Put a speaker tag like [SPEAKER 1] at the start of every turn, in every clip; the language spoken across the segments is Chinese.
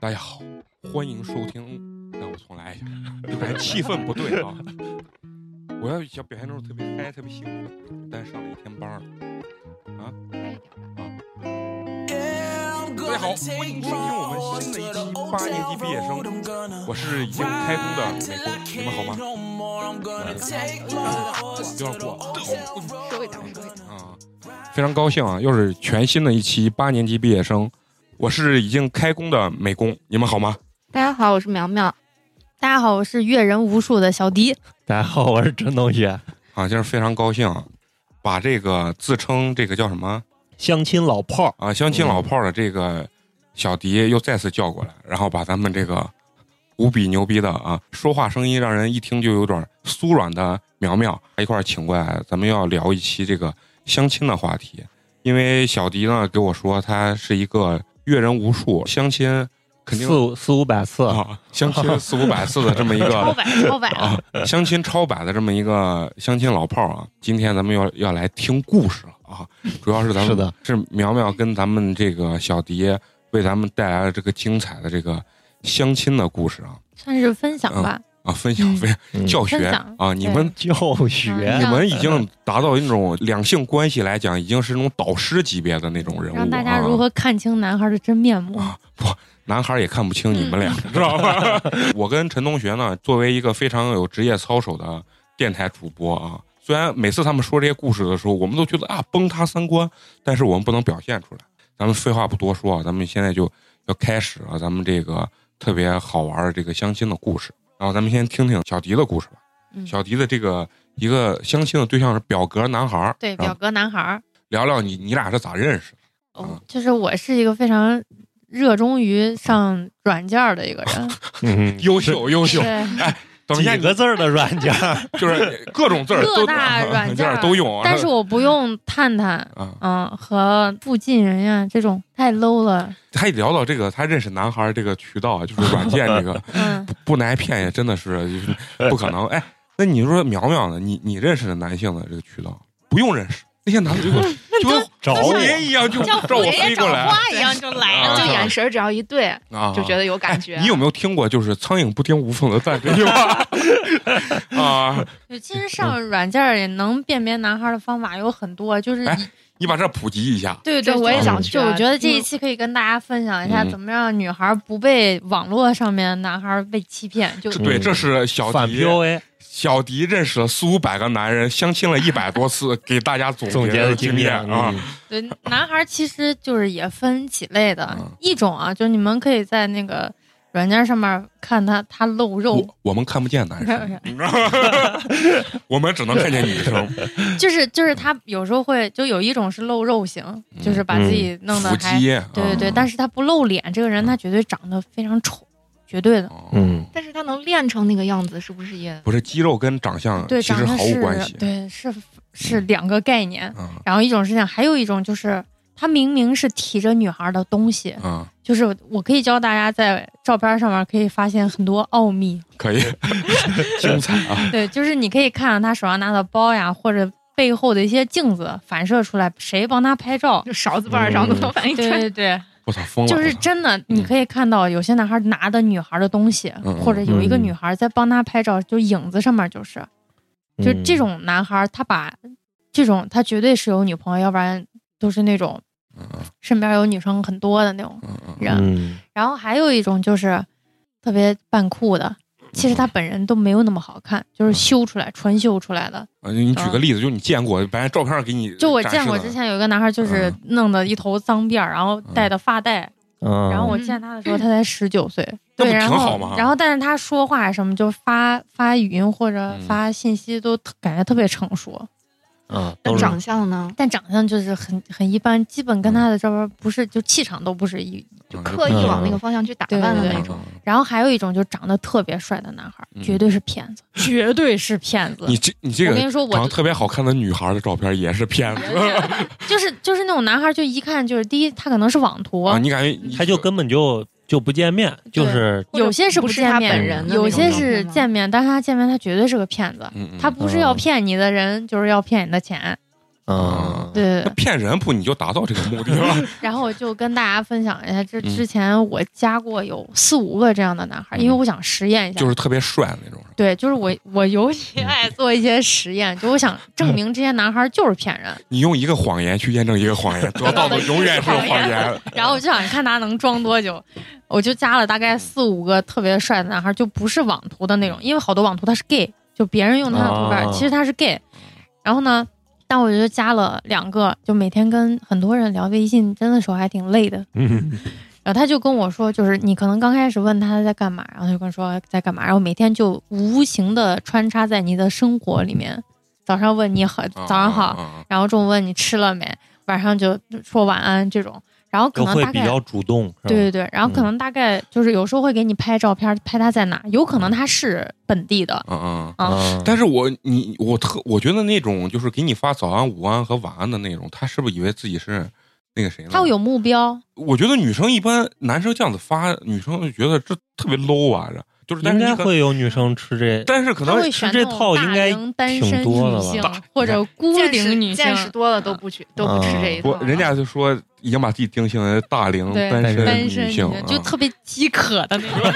[SPEAKER 1] 大家好，欢迎收听。那我重来一下，就感觉气氛不对啊。我要想表现那种特别嗨、特别兴奋，但上了一天班儿。大家好，欢迎收听我们新的一期八年级毕业生。我是已经开工的美工，你们好吗？有点过，
[SPEAKER 2] 收尾档，收尾档。
[SPEAKER 1] 啊，非常高兴啊，又是全新的一期八年级毕业生。我是已经开工的美工，你们好吗？
[SPEAKER 2] 大家好，我是苗苗。
[SPEAKER 3] 大家好，我是阅人无数的小迪。
[SPEAKER 4] 大家好，我是陈同学。
[SPEAKER 1] 啊，今儿非常高兴啊，把这个自称这个叫什么
[SPEAKER 4] 相亲老炮儿，
[SPEAKER 1] 啊相亲老炮儿的这个小迪又再次叫过来，然后把咱们这个无比牛逼的啊，说话声音让人一听就有点酥软的苗苗一块儿请过来，咱们要聊一期这个相亲的话题。因为小迪呢给我说，他是一个阅人无数、相亲肯定
[SPEAKER 4] 四五四五百次，
[SPEAKER 1] 啊，相亲四五百次的这么一个
[SPEAKER 3] 超百 超百了，
[SPEAKER 1] 啊，相亲超百的这么一个相亲老炮儿啊，今天咱们要要来听故事了啊，主要是咱们
[SPEAKER 4] 是的，
[SPEAKER 1] 是苗苗跟咱们这个小迪为咱们带来了这个精彩的这个相亲的故事啊
[SPEAKER 3] 算是分享吧。
[SPEAKER 1] 啊，分享
[SPEAKER 3] 嗯
[SPEAKER 1] 分享、
[SPEAKER 4] 嗯
[SPEAKER 1] 教学
[SPEAKER 3] 分享
[SPEAKER 1] 啊，你们
[SPEAKER 4] 教
[SPEAKER 1] 你
[SPEAKER 4] 学
[SPEAKER 3] 嗯
[SPEAKER 1] 们已经达到那种两性关系来讲，已经是那种导师级别的那种人物、啊，
[SPEAKER 3] 让大家如何看清男孩的真面目？
[SPEAKER 1] 啊，不，男孩儿也看不清你们俩，
[SPEAKER 3] 嗯
[SPEAKER 1] 知道吧？ 我跟陈同学呢，作为一个非常有职业操守的电台主播啊，虽然每次他们说这些故事的时候，我们都觉得啊崩塌三观，但是我们不能表现出来。咱们废话不多说啊，咱们现在就要开始了，咱们这个特别好玩儿的这个相亲的故事。然后咱们先听听小迪的故事吧。
[SPEAKER 3] 嗯
[SPEAKER 1] 小迪的这个一个相亲的对象是表格男孩儿，
[SPEAKER 3] 对，
[SPEAKER 1] 然
[SPEAKER 3] 表
[SPEAKER 1] 后
[SPEAKER 3] 格男孩儿，
[SPEAKER 1] 聊聊你你俩是咋认识的？嗯
[SPEAKER 3] 哦，就是我是一个非常热衷于上软件儿的一个 人。
[SPEAKER 4] 嗯
[SPEAKER 1] 优秀优秀，
[SPEAKER 3] 对，
[SPEAKER 1] 等一下
[SPEAKER 4] 几
[SPEAKER 1] 你
[SPEAKER 4] 个字儿的软 件儿，
[SPEAKER 1] 就是各种字儿都
[SPEAKER 3] 各 大软件
[SPEAKER 1] 件
[SPEAKER 3] 儿
[SPEAKER 1] 儿都用啊，
[SPEAKER 3] 但是我不用探探，
[SPEAKER 1] 啊，
[SPEAKER 3] 嗯，和附近人呀这种太 low 了。
[SPEAKER 1] 他一聊到这个他认识男孩儿这个渠道啊，就是软件这个
[SPEAKER 3] 嗯，
[SPEAKER 1] 不挨骗也真的是就是不可能。哎，那你说苗苗呢？你你认识的男性的这个渠道不用认识，那些男的就
[SPEAKER 3] 嗯
[SPEAKER 1] 会就会
[SPEAKER 4] 找
[SPEAKER 1] 蝴
[SPEAKER 4] 我
[SPEAKER 1] 蝶一样就照我飞过来
[SPEAKER 5] 一样就来
[SPEAKER 1] 啊
[SPEAKER 2] 就眼神只要一对，
[SPEAKER 1] 啊，
[SPEAKER 2] 就觉得有感 觉。
[SPEAKER 1] 哎你有没有听过就是“苍蝇不叮无缝的蛋”这句话 啊？
[SPEAKER 3] 对其实上软件儿也能辨别男孩儿的方法有很多，就是
[SPEAKER 1] 哎你把这普及一 下。
[SPEAKER 3] 对对，
[SPEAKER 2] 这
[SPEAKER 3] 我也
[SPEAKER 4] 嗯
[SPEAKER 3] 想就我觉得这
[SPEAKER 2] 嗯
[SPEAKER 3] 一期可以跟大家分享一下，
[SPEAKER 1] 嗯
[SPEAKER 3] 怎么让女孩不被网络上面男孩被欺骗。就
[SPEAKER 1] 这对，
[SPEAKER 4] 嗯
[SPEAKER 1] 这是小
[SPEAKER 4] 反
[SPEAKER 1] 迪，
[SPEAKER 4] PUA
[SPEAKER 1] 小迪认识了四五百个男人，相亲了一百多次，给大家总
[SPEAKER 4] 总结
[SPEAKER 1] 的
[SPEAKER 4] 的
[SPEAKER 1] 经
[SPEAKER 4] 经验
[SPEAKER 1] 验啊。
[SPEAKER 4] 嗯
[SPEAKER 3] 对男孩其实就是也分几类的
[SPEAKER 1] 嗯，
[SPEAKER 3] 一种啊，就是你们可以在那个软件上面看他他露肉，
[SPEAKER 1] 我我们看不见男 生， 你知道吗我们只能看见女生，
[SPEAKER 3] 就是就是他有时候会就有一种是露肉型，就是把自己弄得
[SPEAKER 1] 嗯腹
[SPEAKER 3] 还
[SPEAKER 1] 肌。
[SPEAKER 3] 对对对，
[SPEAKER 1] 嗯
[SPEAKER 3] 但是他不露脸，这个人他绝对长得非常丑，绝对的。
[SPEAKER 1] 嗯，
[SPEAKER 4] 嗯，
[SPEAKER 2] 但是他能练成那个样子，是不是也？
[SPEAKER 1] 不是肌肉跟长相
[SPEAKER 3] 对，
[SPEAKER 1] 其
[SPEAKER 3] 长
[SPEAKER 1] 实
[SPEAKER 3] 得
[SPEAKER 1] 毫无
[SPEAKER 3] 是
[SPEAKER 1] 关系。
[SPEAKER 3] 对是是两个概念。
[SPEAKER 1] 嗯
[SPEAKER 3] 然后一种是这样，还有一种就是他明明是提着女孩的东西，
[SPEAKER 1] 嗯，
[SPEAKER 3] 就是我可以教大家在照片上面可以发现很多奥 秘。
[SPEAKER 1] 可以，精彩啊！
[SPEAKER 3] 对，就是你可以看到他手上拿的包呀，或者背后的一些镜子反射出来，谁帮他拍照。
[SPEAKER 2] 就勺子把儿上
[SPEAKER 4] 嗯
[SPEAKER 2] 都反应出
[SPEAKER 3] 对
[SPEAKER 2] 来。
[SPEAKER 3] 对对，
[SPEAKER 1] 我操，疯了！
[SPEAKER 3] 就是
[SPEAKER 1] 我操
[SPEAKER 3] 真的，你可以看到有些男孩拿的女孩的东西，
[SPEAKER 1] 嗯
[SPEAKER 3] 或者有一个
[SPEAKER 4] 嗯
[SPEAKER 3] 女孩在帮他拍照，就影子上面就是，就
[SPEAKER 4] 嗯
[SPEAKER 3] 这种男孩，他把这种他绝对是有女朋友，要不然都是那种身边有女生很多的那种
[SPEAKER 1] 嗯嗯
[SPEAKER 3] 人。
[SPEAKER 4] 嗯
[SPEAKER 3] 然后还有一种就是特别扮酷的，
[SPEAKER 1] 嗯
[SPEAKER 3] 其实他本人都没有那么好看，就是修出来、纯修出来的。
[SPEAKER 1] 啊你举个例子，就你见过，把人照片上给你
[SPEAKER 3] 嗯就我
[SPEAKER 1] 展示
[SPEAKER 3] 见过
[SPEAKER 1] 的
[SPEAKER 3] 之前有一个男孩，
[SPEAKER 1] 嗯
[SPEAKER 3] 就是弄的一头脏辫儿，然后戴的发带，
[SPEAKER 4] 嗯，
[SPEAKER 3] 然后我见他的时候，他才十九岁。
[SPEAKER 1] 那不
[SPEAKER 3] 对，然
[SPEAKER 1] 挺好
[SPEAKER 3] 后
[SPEAKER 1] 吗
[SPEAKER 3] 然后但是他说话什么就发发语音或者
[SPEAKER 1] 嗯
[SPEAKER 3] 发信息都特感觉特别成熟，
[SPEAKER 4] 啊，
[SPEAKER 2] 那
[SPEAKER 4] 都是
[SPEAKER 2] 长相呢？
[SPEAKER 3] 但长相就是很很一般，基
[SPEAKER 1] 嗯
[SPEAKER 3] 本跟他的照片不是，就气场都不是一。
[SPEAKER 1] 就
[SPEAKER 2] 刻意往那个方向去打
[SPEAKER 3] 对
[SPEAKER 2] 扮的
[SPEAKER 3] 对
[SPEAKER 2] 那
[SPEAKER 3] 对
[SPEAKER 2] 种，
[SPEAKER 3] 然后还有一种就长得特别帅的男孩，
[SPEAKER 1] 嗯
[SPEAKER 3] 绝对是骗 子，绝对是骗子。
[SPEAKER 1] 你这你这
[SPEAKER 3] 我跟
[SPEAKER 1] 个
[SPEAKER 3] 你说，
[SPEAKER 1] 长得
[SPEAKER 3] 我
[SPEAKER 1] 特别好看的女孩的照片也是骗子
[SPEAKER 3] 就是就是那种男孩，就一看就是第一，他可能是网图，
[SPEAKER 1] 啊！你感觉你
[SPEAKER 4] 他就根本就就不见面，
[SPEAKER 3] 对
[SPEAKER 4] 就是
[SPEAKER 2] 或者
[SPEAKER 3] 有些是
[SPEAKER 2] 不
[SPEAKER 3] 不
[SPEAKER 2] 是
[SPEAKER 3] 见
[SPEAKER 2] 他
[SPEAKER 3] 面
[SPEAKER 2] 本
[SPEAKER 4] 人的那
[SPEAKER 3] 有
[SPEAKER 4] 种
[SPEAKER 3] 些
[SPEAKER 4] 照
[SPEAKER 3] 是
[SPEAKER 2] 片吗
[SPEAKER 3] 见面，但是他见面他绝对是个骗子，
[SPEAKER 1] 嗯嗯
[SPEAKER 3] 他不是要骗你的人，就是要骗你的钱。
[SPEAKER 4] 嗯，
[SPEAKER 3] 对对
[SPEAKER 1] 那
[SPEAKER 3] 对。
[SPEAKER 1] 骗人不你就达到这个目的 了？
[SPEAKER 3] 然后我就跟大家分享一下，这
[SPEAKER 1] 嗯
[SPEAKER 3] 之前我加过有四五个这样的男孩，因
[SPEAKER 1] 嗯
[SPEAKER 3] 为我想实验一下，
[SPEAKER 1] 就是特别帅的那种。
[SPEAKER 3] 对，就是我我尤其爱做一些实验，就我想证明这些男孩就是骗人，
[SPEAKER 1] 你用一个谎言去验证一个谎言，得到的永远是谎言。
[SPEAKER 3] 然后我就想看他能装多久，我就加了大
[SPEAKER 4] 嗯
[SPEAKER 3] 概四五个特别帅的男孩，就不是网图的那种，因为好多网图他是 gay，就别人用他的图片，
[SPEAKER 4] 哦
[SPEAKER 3] 其实他是 gay。然后呢，但我就加了两个，就每天跟很多人聊微信，真的时候还挺累的。
[SPEAKER 4] 嗯
[SPEAKER 3] 然后他就跟我说，就是你可能刚开始问他在干嘛，然后他就跟我说在干嘛，然后每天就无形的穿插在你的生活里面。早上问你好，
[SPEAKER 4] 哦
[SPEAKER 1] 啊
[SPEAKER 3] 早上好，
[SPEAKER 1] 啊啊
[SPEAKER 3] 然后中午问你吃了没，晚上就说晚安这种，然后可
[SPEAKER 4] 就
[SPEAKER 3] 能
[SPEAKER 4] 会
[SPEAKER 3] 大
[SPEAKER 4] 比
[SPEAKER 3] 概
[SPEAKER 4] 较主动，是吧
[SPEAKER 3] 对对对，然后
[SPEAKER 4] 嗯
[SPEAKER 3] 可能大概就是有时候会给你拍照片，拍他在哪，有可
[SPEAKER 4] 嗯
[SPEAKER 3] 能他是本地的，
[SPEAKER 1] 啊啊！
[SPEAKER 3] 啊
[SPEAKER 4] 啊，
[SPEAKER 1] 但是我你我特我觉得那种就是给你发早安、午安和晚安的那种，他是不是以为自己是那个谁呢？
[SPEAKER 3] 他会有目标，
[SPEAKER 1] 我觉得女生一般男生这样子发，女生就觉得这特别 low 啊，这就是但
[SPEAKER 4] 应
[SPEAKER 1] 是
[SPEAKER 4] 该
[SPEAKER 1] 你可
[SPEAKER 4] 会有女生吃这
[SPEAKER 1] 但是可
[SPEAKER 3] 他
[SPEAKER 1] 能
[SPEAKER 3] 会选
[SPEAKER 4] 这
[SPEAKER 3] 那
[SPEAKER 4] 套
[SPEAKER 3] 种
[SPEAKER 4] 应
[SPEAKER 3] 大
[SPEAKER 4] 该
[SPEAKER 3] 龄单
[SPEAKER 4] 挺
[SPEAKER 3] 身
[SPEAKER 4] 多
[SPEAKER 3] 女
[SPEAKER 4] 的吧
[SPEAKER 3] 性
[SPEAKER 1] 大
[SPEAKER 3] 或者孤
[SPEAKER 2] 见识
[SPEAKER 3] 零女性
[SPEAKER 2] 见，识多了都不去都不吃这一套
[SPEAKER 1] 啊我
[SPEAKER 2] 了。
[SPEAKER 1] 人家就说已经把自己定性为大龄
[SPEAKER 3] 对
[SPEAKER 1] 单
[SPEAKER 4] 单
[SPEAKER 3] 单
[SPEAKER 1] 女
[SPEAKER 3] 身
[SPEAKER 1] 性
[SPEAKER 3] 女性，就
[SPEAKER 1] 啊
[SPEAKER 3] 特别饥渴的那种。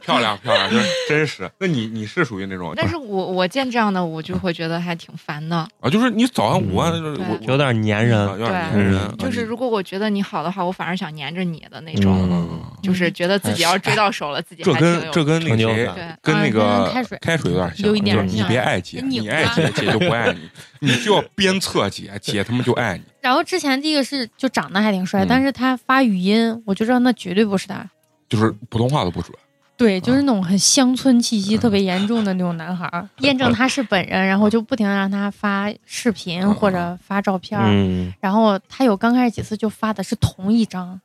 [SPEAKER 1] 漂亮漂亮，这 真是。那你你是属于那种，
[SPEAKER 2] 但是我我见这样的，我就会觉得还挺烦的。
[SPEAKER 1] 啊，就是你早安午安，
[SPEAKER 4] 嗯
[SPEAKER 1] 就是
[SPEAKER 2] 对
[SPEAKER 1] 我
[SPEAKER 4] 有点粘
[SPEAKER 1] 啊
[SPEAKER 4] 人，
[SPEAKER 1] 有点
[SPEAKER 2] 对
[SPEAKER 1] 粘
[SPEAKER 3] 嗯
[SPEAKER 1] 人，啊
[SPEAKER 2] 就是如果我觉得你好的话，我反而想黏着你的那种，
[SPEAKER 4] 嗯，
[SPEAKER 2] 就是觉得自己要是追到手了，自己
[SPEAKER 1] 哎这
[SPEAKER 2] 还挺有
[SPEAKER 1] 跟这跟那
[SPEAKER 4] 成就
[SPEAKER 1] 谁
[SPEAKER 4] 感
[SPEAKER 2] 对
[SPEAKER 1] 跟那
[SPEAKER 3] 啊
[SPEAKER 1] 个
[SPEAKER 3] 跟开水
[SPEAKER 1] 开水有点像，
[SPEAKER 3] 有一点
[SPEAKER 1] 就是你
[SPEAKER 3] 像
[SPEAKER 1] 别爱姐，
[SPEAKER 3] 拧
[SPEAKER 1] 你爱姐姐就不爱 你，你就要鞭策姐，姐他妈就爱你。
[SPEAKER 3] 然后之前第一个是就长得还挺帅，
[SPEAKER 1] 嗯
[SPEAKER 3] 但是他发语音，我就知道那绝对不是他。
[SPEAKER 1] 就是普通话都不准，
[SPEAKER 3] 对，就是那种很乡村气息特别严重的那种男孩
[SPEAKER 1] 嗯
[SPEAKER 3] 儿，验
[SPEAKER 1] 啊
[SPEAKER 3] 证他是本人，然后就不停的让他发视频或者发照片儿，
[SPEAKER 4] 嗯，
[SPEAKER 3] 然后他有刚开始几次就发的是同一张，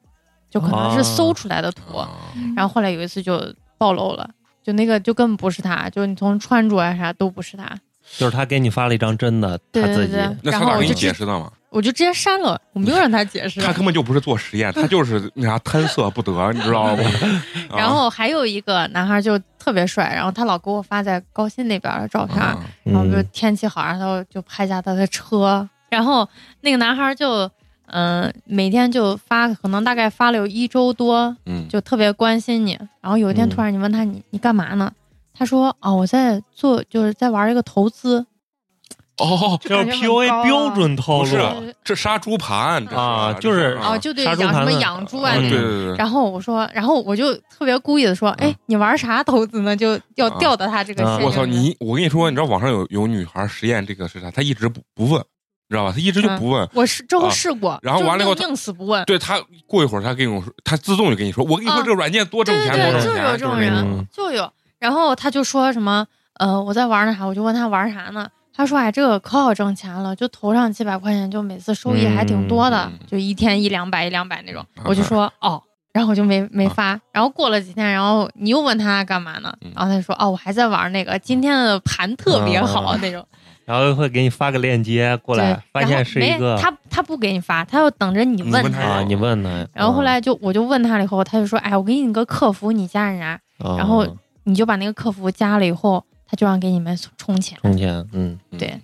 [SPEAKER 3] 就可能是搜出来的图，
[SPEAKER 1] 啊
[SPEAKER 3] 然后后来有一次就暴露了，就那个就根本不是他，就是你从穿着啊啥都不是他，
[SPEAKER 4] 就是他给你发了一张真的，
[SPEAKER 3] 对
[SPEAKER 4] 他
[SPEAKER 3] 对
[SPEAKER 4] 自己
[SPEAKER 3] 对，
[SPEAKER 1] 那
[SPEAKER 3] 然
[SPEAKER 1] 他
[SPEAKER 3] 后
[SPEAKER 1] 咋
[SPEAKER 3] 我
[SPEAKER 1] 给你
[SPEAKER 3] 就直
[SPEAKER 1] 解释的嘛？
[SPEAKER 3] 我就直接删了，我没有让他解释。
[SPEAKER 1] 他根本就不是做实验，他就是那啥贪色不得，你知道吗？啊
[SPEAKER 3] 然后还有一个男孩就特别帅，然后他老给我发在高新那边的照片，
[SPEAKER 1] 啊
[SPEAKER 3] 然后就
[SPEAKER 4] 嗯
[SPEAKER 3] 天气好，然后就拍下他的车，然后那个男孩就嗯、每天就发，可能大概发了有一周多，
[SPEAKER 1] 嗯，
[SPEAKER 3] 就特别关心你。然后有一天
[SPEAKER 4] 嗯
[SPEAKER 3] 突然你问他你你干嘛呢？他说哦我在做就是在玩一个投资，
[SPEAKER 1] 哦，
[SPEAKER 4] 这是
[SPEAKER 3] 啊
[SPEAKER 4] PUA 标准套
[SPEAKER 1] 不
[SPEAKER 4] 路
[SPEAKER 1] 是
[SPEAKER 4] 啊，
[SPEAKER 1] 这杀猪盘这
[SPEAKER 4] 啊
[SPEAKER 1] 这
[SPEAKER 4] 就是
[SPEAKER 1] 啊
[SPEAKER 3] 哦就对
[SPEAKER 4] 杀
[SPEAKER 3] 养
[SPEAKER 4] 猪
[SPEAKER 3] 什
[SPEAKER 4] 盘
[SPEAKER 3] 么
[SPEAKER 4] 子
[SPEAKER 3] 养猪啊
[SPEAKER 1] 啊
[SPEAKER 3] 那
[SPEAKER 1] 对
[SPEAKER 3] 种。
[SPEAKER 1] 对对对，
[SPEAKER 3] 然后我说，然后我就特别故意的说，哎，你玩啥投资呢？就要
[SPEAKER 1] 啊
[SPEAKER 3] 掉到他这个
[SPEAKER 4] 啊
[SPEAKER 3] 陷阱里面。
[SPEAKER 1] 我操你！我跟你说，你知道网上有有女孩实验这个是啥？她一直不不问，你知道吧？她一直
[SPEAKER 3] 嗯
[SPEAKER 1] 就不问。
[SPEAKER 3] 我是之后
[SPEAKER 1] 啊
[SPEAKER 3] 试过，
[SPEAKER 1] 然后
[SPEAKER 3] 就是
[SPEAKER 1] 完了以后
[SPEAKER 3] 硬硬死不问。
[SPEAKER 1] 对她过一会儿，她跟我说，她自动就跟你说，我跟你说
[SPEAKER 3] 啊
[SPEAKER 1] 这个软件多挣钱，
[SPEAKER 3] 对对
[SPEAKER 1] 多
[SPEAKER 3] 对
[SPEAKER 1] 挣钱，啊
[SPEAKER 3] 就有这种
[SPEAKER 1] 是那
[SPEAKER 3] 人
[SPEAKER 1] 种
[SPEAKER 4] 嗯
[SPEAKER 3] 就有。然后他就说什么，呃，我在玩那啥，我就问他玩啥呢？他说，哎，这个可好挣钱了，就投上几百块钱，就每次收益还挺多的，
[SPEAKER 1] 嗯嗯
[SPEAKER 3] 就一天一两百一两百那种
[SPEAKER 1] 啊。
[SPEAKER 3] 我就说，哦。然后我就没没发，然后过了几天，然后你又问他干嘛呢？
[SPEAKER 1] 嗯
[SPEAKER 3] 然后他就说哦，我还在玩那个，今天的盘特别好、
[SPEAKER 4] 啊
[SPEAKER 3] 那种。
[SPEAKER 4] 然后会给你发个链接过
[SPEAKER 3] 对，
[SPEAKER 4] 来，发
[SPEAKER 3] 然后
[SPEAKER 4] 现是一
[SPEAKER 3] 没
[SPEAKER 4] 个
[SPEAKER 3] 他他不给你发，他要等着你
[SPEAKER 1] 你
[SPEAKER 3] 问
[SPEAKER 1] 问
[SPEAKER 3] 他。
[SPEAKER 1] 他
[SPEAKER 4] 啊，你嗯问他，
[SPEAKER 3] 然后后来就我就问他了以后，他就说哎，我给你个客服，你加人家，
[SPEAKER 4] 啊，
[SPEAKER 3] 然后你就把那个客服加了以后，他就让给你们充钱，
[SPEAKER 4] 充钱，嗯，
[SPEAKER 3] 对，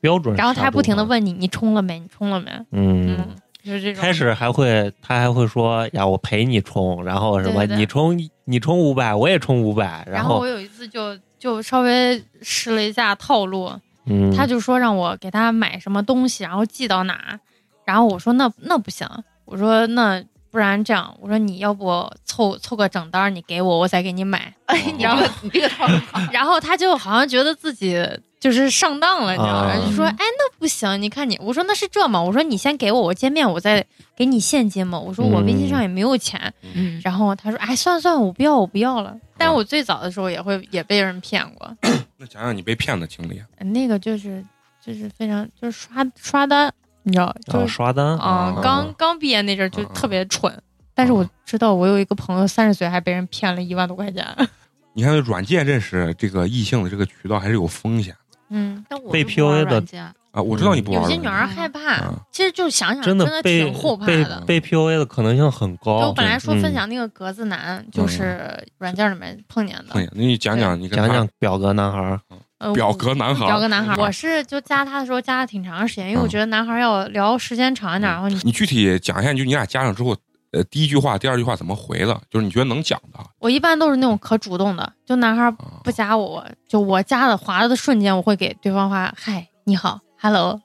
[SPEAKER 4] 标准。
[SPEAKER 3] 然后他还不停的，问你，你充了没？你充了没？
[SPEAKER 4] 嗯
[SPEAKER 3] 嗯，，就是这种。
[SPEAKER 4] 开始还会他还会说呀，我陪你充，然后什么
[SPEAKER 3] 对对对
[SPEAKER 4] 你充你充五百，我也充五百，
[SPEAKER 3] 然后
[SPEAKER 4] 后
[SPEAKER 3] 我有一次就就稍微试了一下套路，
[SPEAKER 4] 嗯，
[SPEAKER 3] 他就说让我给他买什么东西，然后寄到哪，然后我说那那不行，我说那不然这样，我说你要不凑凑个整单儿，你给我，我再给你买。
[SPEAKER 2] 哎，
[SPEAKER 1] 哦
[SPEAKER 2] 你这 个你这个套路好，
[SPEAKER 3] 然后他就好像觉得自己就是上当了，你知道吗？
[SPEAKER 4] 啊
[SPEAKER 3] 就说：“哎，那不行，你看你。”我说：“那是这吗？”我说：“你先给我，我见面我再给你现金嘛。”我说：“我微信上也没有钱。
[SPEAKER 2] 嗯，
[SPEAKER 3] 然后他说：“哎，算了算了，我不要，我不要了。”但是
[SPEAKER 4] 嗯
[SPEAKER 3] 我最早的时候也会也被人骗过，
[SPEAKER 1] 那讲讲你被骗的经历。啊
[SPEAKER 3] 那个就是就是非常就是刷刷单，你知道，
[SPEAKER 4] 啊，
[SPEAKER 3] 就是
[SPEAKER 4] 刷单嗯
[SPEAKER 3] 啊、
[SPEAKER 1] 啊
[SPEAKER 3] 刚刚毕业那阵儿就
[SPEAKER 1] 啊
[SPEAKER 3] 特别蠢。但是我知道，我有一个朋友三十岁还被人骗了一万多块钱。
[SPEAKER 1] 你看，软件认识这个异性的这个渠道还是有风险
[SPEAKER 3] 嗯，
[SPEAKER 2] 但我
[SPEAKER 4] 被
[SPEAKER 2] 就不玩
[SPEAKER 4] PUA 的
[SPEAKER 2] 软件
[SPEAKER 1] 啊。我知道你不玩
[SPEAKER 3] 有
[SPEAKER 1] 儿
[SPEAKER 3] 些
[SPEAKER 1] 软
[SPEAKER 3] 女
[SPEAKER 1] 件
[SPEAKER 3] 孩害怕，
[SPEAKER 1] 啊
[SPEAKER 3] 其实就想想
[SPEAKER 4] 真
[SPEAKER 3] 的
[SPEAKER 4] 的被
[SPEAKER 3] 挺后怕
[SPEAKER 4] 被
[SPEAKER 3] 的。
[SPEAKER 4] 被 PUA 的可能性很
[SPEAKER 3] 就
[SPEAKER 4] 高。
[SPEAKER 3] 我本来说
[SPEAKER 4] 嗯
[SPEAKER 3] 分享那个格子男，就是软件里面碰见的。
[SPEAKER 1] 嗯碰见，那你讲讲你跟
[SPEAKER 4] 讲
[SPEAKER 1] 他
[SPEAKER 4] 讲表格男孩儿，
[SPEAKER 3] 呃
[SPEAKER 1] 表格男孩，
[SPEAKER 3] 表格男孩，我是就加他的时候加了挺长时间，因为我
[SPEAKER 1] 嗯
[SPEAKER 3] 觉得男孩要聊时间长一点，
[SPEAKER 1] 嗯
[SPEAKER 3] 然后你
[SPEAKER 1] 你具体讲一下，就你俩加上之后，呃，第一句话、第二句话怎么回的？就是你觉得能讲的
[SPEAKER 3] 我一般都是那种可主动的，就男孩
[SPEAKER 1] 啊
[SPEAKER 3] 不？加我，就我加了划了的瞬间，我会给对方发嗨你好，hello，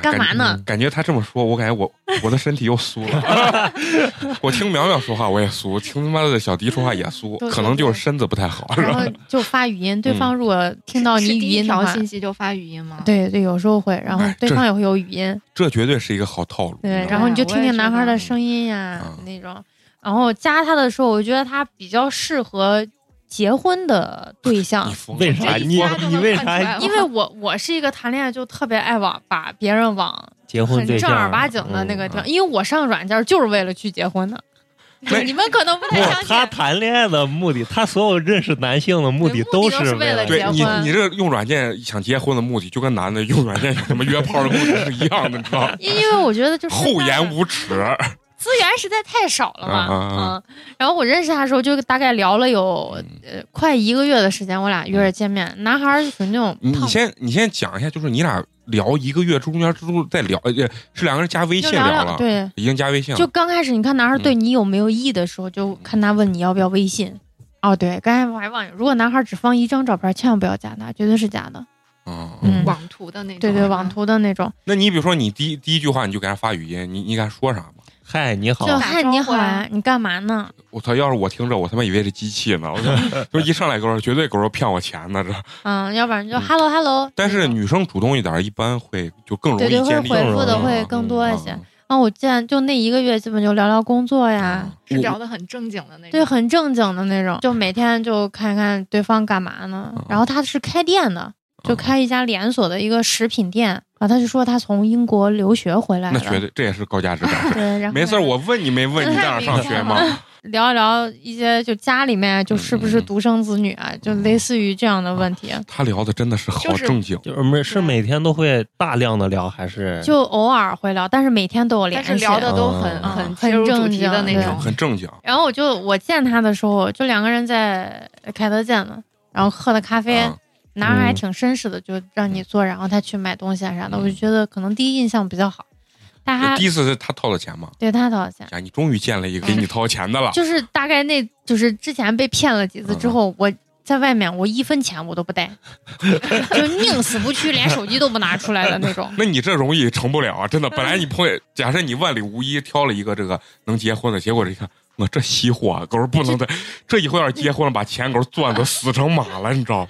[SPEAKER 3] 干 嘛呢
[SPEAKER 1] 啊感？感觉他这么说，我感觉我我的身体又酥了。 我听苗苗说话我也酥，听他妈的小迪说话也酥
[SPEAKER 3] 对，对
[SPEAKER 1] 可能就是身子不太好，是
[SPEAKER 3] 然后
[SPEAKER 1] 吧？
[SPEAKER 3] 就发语音，
[SPEAKER 1] 嗯
[SPEAKER 3] 对方如果听到你
[SPEAKER 2] 是
[SPEAKER 3] 语
[SPEAKER 2] 第一
[SPEAKER 3] 音的
[SPEAKER 2] 条
[SPEAKER 3] 话，
[SPEAKER 2] 信息就发语音吗？，
[SPEAKER 3] 对对，有时候会，然后
[SPEAKER 1] 哎
[SPEAKER 3] 对
[SPEAKER 1] 这
[SPEAKER 3] 方也会有语音，
[SPEAKER 1] 这绝对是一个好套路。
[SPEAKER 3] 对，
[SPEAKER 1] 你知道
[SPEAKER 3] 然
[SPEAKER 1] 吗
[SPEAKER 3] 后你就
[SPEAKER 2] 我
[SPEAKER 3] 听
[SPEAKER 2] 也
[SPEAKER 3] 听
[SPEAKER 2] 觉
[SPEAKER 3] 男孩
[SPEAKER 2] 得嗯
[SPEAKER 3] 的声音呀
[SPEAKER 1] 啊
[SPEAKER 3] 那种。然后加他的时候，我觉得他比较适合结婚的对象
[SPEAKER 1] 你，疯了
[SPEAKER 4] 为啥
[SPEAKER 2] 这
[SPEAKER 4] 你
[SPEAKER 2] 一下就
[SPEAKER 4] 你
[SPEAKER 2] 能
[SPEAKER 4] 为
[SPEAKER 2] 看出来
[SPEAKER 4] 啥
[SPEAKER 2] 了
[SPEAKER 3] 因为我我是一个谈恋爱就特别爱往把别人往
[SPEAKER 4] 结婚
[SPEAKER 3] 很
[SPEAKER 4] 对
[SPEAKER 3] 正
[SPEAKER 4] 象
[SPEAKER 3] 儿八经的那
[SPEAKER 4] 嗯
[SPEAKER 3] 个地方，因为我上软件就是为了去结 婚的。
[SPEAKER 1] 那
[SPEAKER 3] 你们可能不
[SPEAKER 4] 不
[SPEAKER 3] 太相，信
[SPEAKER 4] 他，谈恋爱的目的，他所有认识男性的目的
[SPEAKER 3] 对目的都
[SPEAKER 4] 是
[SPEAKER 3] 是为了
[SPEAKER 1] 对
[SPEAKER 3] 结婚
[SPEAKER 1] 你，你这用软件想结婚的目的，就跟男的用软件有什么约炮的目的是一样的，你知道 吗？
[SPEAKER 3] 因因为我觉得就是
[SPEAKER 1] 厚颜无耻，
[SPEAKER 3] 资源实在太少了嘛。
[SPEAKER 1] 啊啊啊
[SPEAKER 3] 嗯，然后我认识他的时候就大概聊了有
[SPEAKER 1] 嗯
[SPEAKER 3] 呃快一个月的时间，我俩约着见面。男孩儿就属于那种
[SPEAKER 1] 你嗯
[SPEAKER 3] 胖
[SPEAKER 1] 你先你先讲一下，就是你俩聊一个月中间之后再聊，呃，是两个人加微
[SPEAKER 3] 就
[SPEAKER 1] 信
[SPEAKER 3] 聊
[SPEAKER 1] 聊
[SPEAKER 3] 聊
[SPEAKER 1] 了，
[SPEAKER 3] 对。
[SPEAKER 1] 已经加微信了，
[SPEAKER 3] 就刚开始，你看男
[SPEAKER 1] 嗯
[SPEAKER 3] 孩对你有没有意的时候，就看他问你要不要微信。哦，对，刚才我还忘了，如果男孩只放一张照片，千万不要加他，绝对是假的。
[SPEAKER 1] 啊。
[SPEAKER 3] 嗯，
[SPEAKER 2] 网图的那种。
[SPEAKER 3] 对
[SPEAKER 2] 嗯
[SPEAKER 3] 对，网。图的那种，
[SPEAKER 1] 那你比如说你第一第一句话你就给他发语音，你你敢说啥吗？
[SPEAKER 4] 嗨，你好
[SPEAKER 3] 就，
[SPEAKER 2] 打
[SPEAKER 3] 嗨
[SPEAKER 2] 招
[SPEAKER 3] 你
[SPEAKER 2] 呼
[SPEAKER 3] 好
[SPEAKER 2] 啊
[SPEAKER 3] 啊，你干嘛呢？
[SPEAKER 1] 我操！要是我听着，我他妈以为是机器呢，我操就一上来给我说绝对给我说骗我钱呢这。
[SPEAKER 3] 嗯，要不然就
[SPEAKER 1] 嗯
[SPEAKER 3] hello hello。
[SPEAKER 1] 但是女生主动一点，一般会就更容
[SPEAKER 3] 对
[SPEAKER 1] 易
[SPEAKER 3] 对会
[SPEAKER 1] 建立
[SPEAKER 3] 回复
[SPEAKER 4] 容
[SPEAKER 3] 的
[SPEAKER 4] 易
[SPEAKER 3] 会
[SPEAKER 4] 啊
[SPEAKER 3] 更
[SPEAKER 4] 嗯
[SPEAKER 3] 多一些。
[SPEAKER 1] 啊
[SPEAKER 3] 啊，我见就那一个月，基本就聊聊工作呀，
[SPEAKER 2] 是
[SPEAKER 1] 我
[SPEAKER 2] 聊的很正经的那种。
[SPEAKER 3] 对，很正经的那种，就每天就看看对方干嘛呢。
[SPEAKER 1] 嗯
[SPEAKER 3] 然后他是开店的，就开一家连锁的一个食品店。然后他就说他从英国留学回来
[SPEAKER 1] 那
[SPEAKER 3] 的，
[SPEAKER 1] 绝对这也是高价值 感。
[SPEAKER 3] 对，然后
[SPEAKER 1] 没事儿，我问你没问你在哪儿上学 吗？
[SPEAKER 3] 聊一聊一些就家里面
[SPEAKER 1] 嗯
[SPEAKER 3] 就是不是独生子女啊，就类似于这样的问题，
[SPEAKER 1] 他聊的真的是好
[SPEAKER 2] 就是
[SPEAKER 1] 正经，
[SPEAKER 4] 就是每是每天都会大量的聊，还是
[SPEAKER 3] 就偶尔会聊，但是每天都有联
[SPEAKER 2] 但
[SPEAKER 3] 系。
[SPEAKER 2] 是聊的都很、
[SPEAKER 1] 哦
[SPEAKER 4] 嗯
[SPEAKER 2] 很
[SPEAKER 3] 很
[SPEAKER 2] 切入主
[SPEAKER 3] 正
[SPEAKER 2] 题的那
[SPEAKER 3] 经
[SPEAKER 2] 种。
[SPEAKER 1] 很正经。
[SPEAKER 3] 然后我就我见他的时候，就两个人在凯德见的，然后喝的咖啡，
[SPEAKER 1] 啊
[SPEAKER 3] 男孩还
[SPEAKER 4] 嗯
[SPEAKER 3] 挺绅士的，就让你坐，然后他去买东西啊啥的，我就
[SPEAKER 1] 嗯
[SPEAKER 3] 觉得可能第一印象比较好。但他
[SPEAKER 1] 第一次是他掏的钱吗？
[SPEAKER 3] 对他多少钱？
[SPEAKER 1] 呀，你终于见了一个给你掏钱的了。
[SPEAKER 3] 就是大概那就是之前被骗了几次
[SPEAKER 1] 嗯
[SPEAKER 3] 之后，我在外面我一分钱我都 不带，就宁死不屈，连手机都不拿出来的 那 种。
[SPEAKER 1] 那你这容易成不了啊！真的，本来你朋友，假设你万里无一挑了一个这个能结婚的，结果一看，我这稀货啊，狗儿不能 再，这以后要是结婚了，把钱狗儿攥的死成马了，你知 道吗？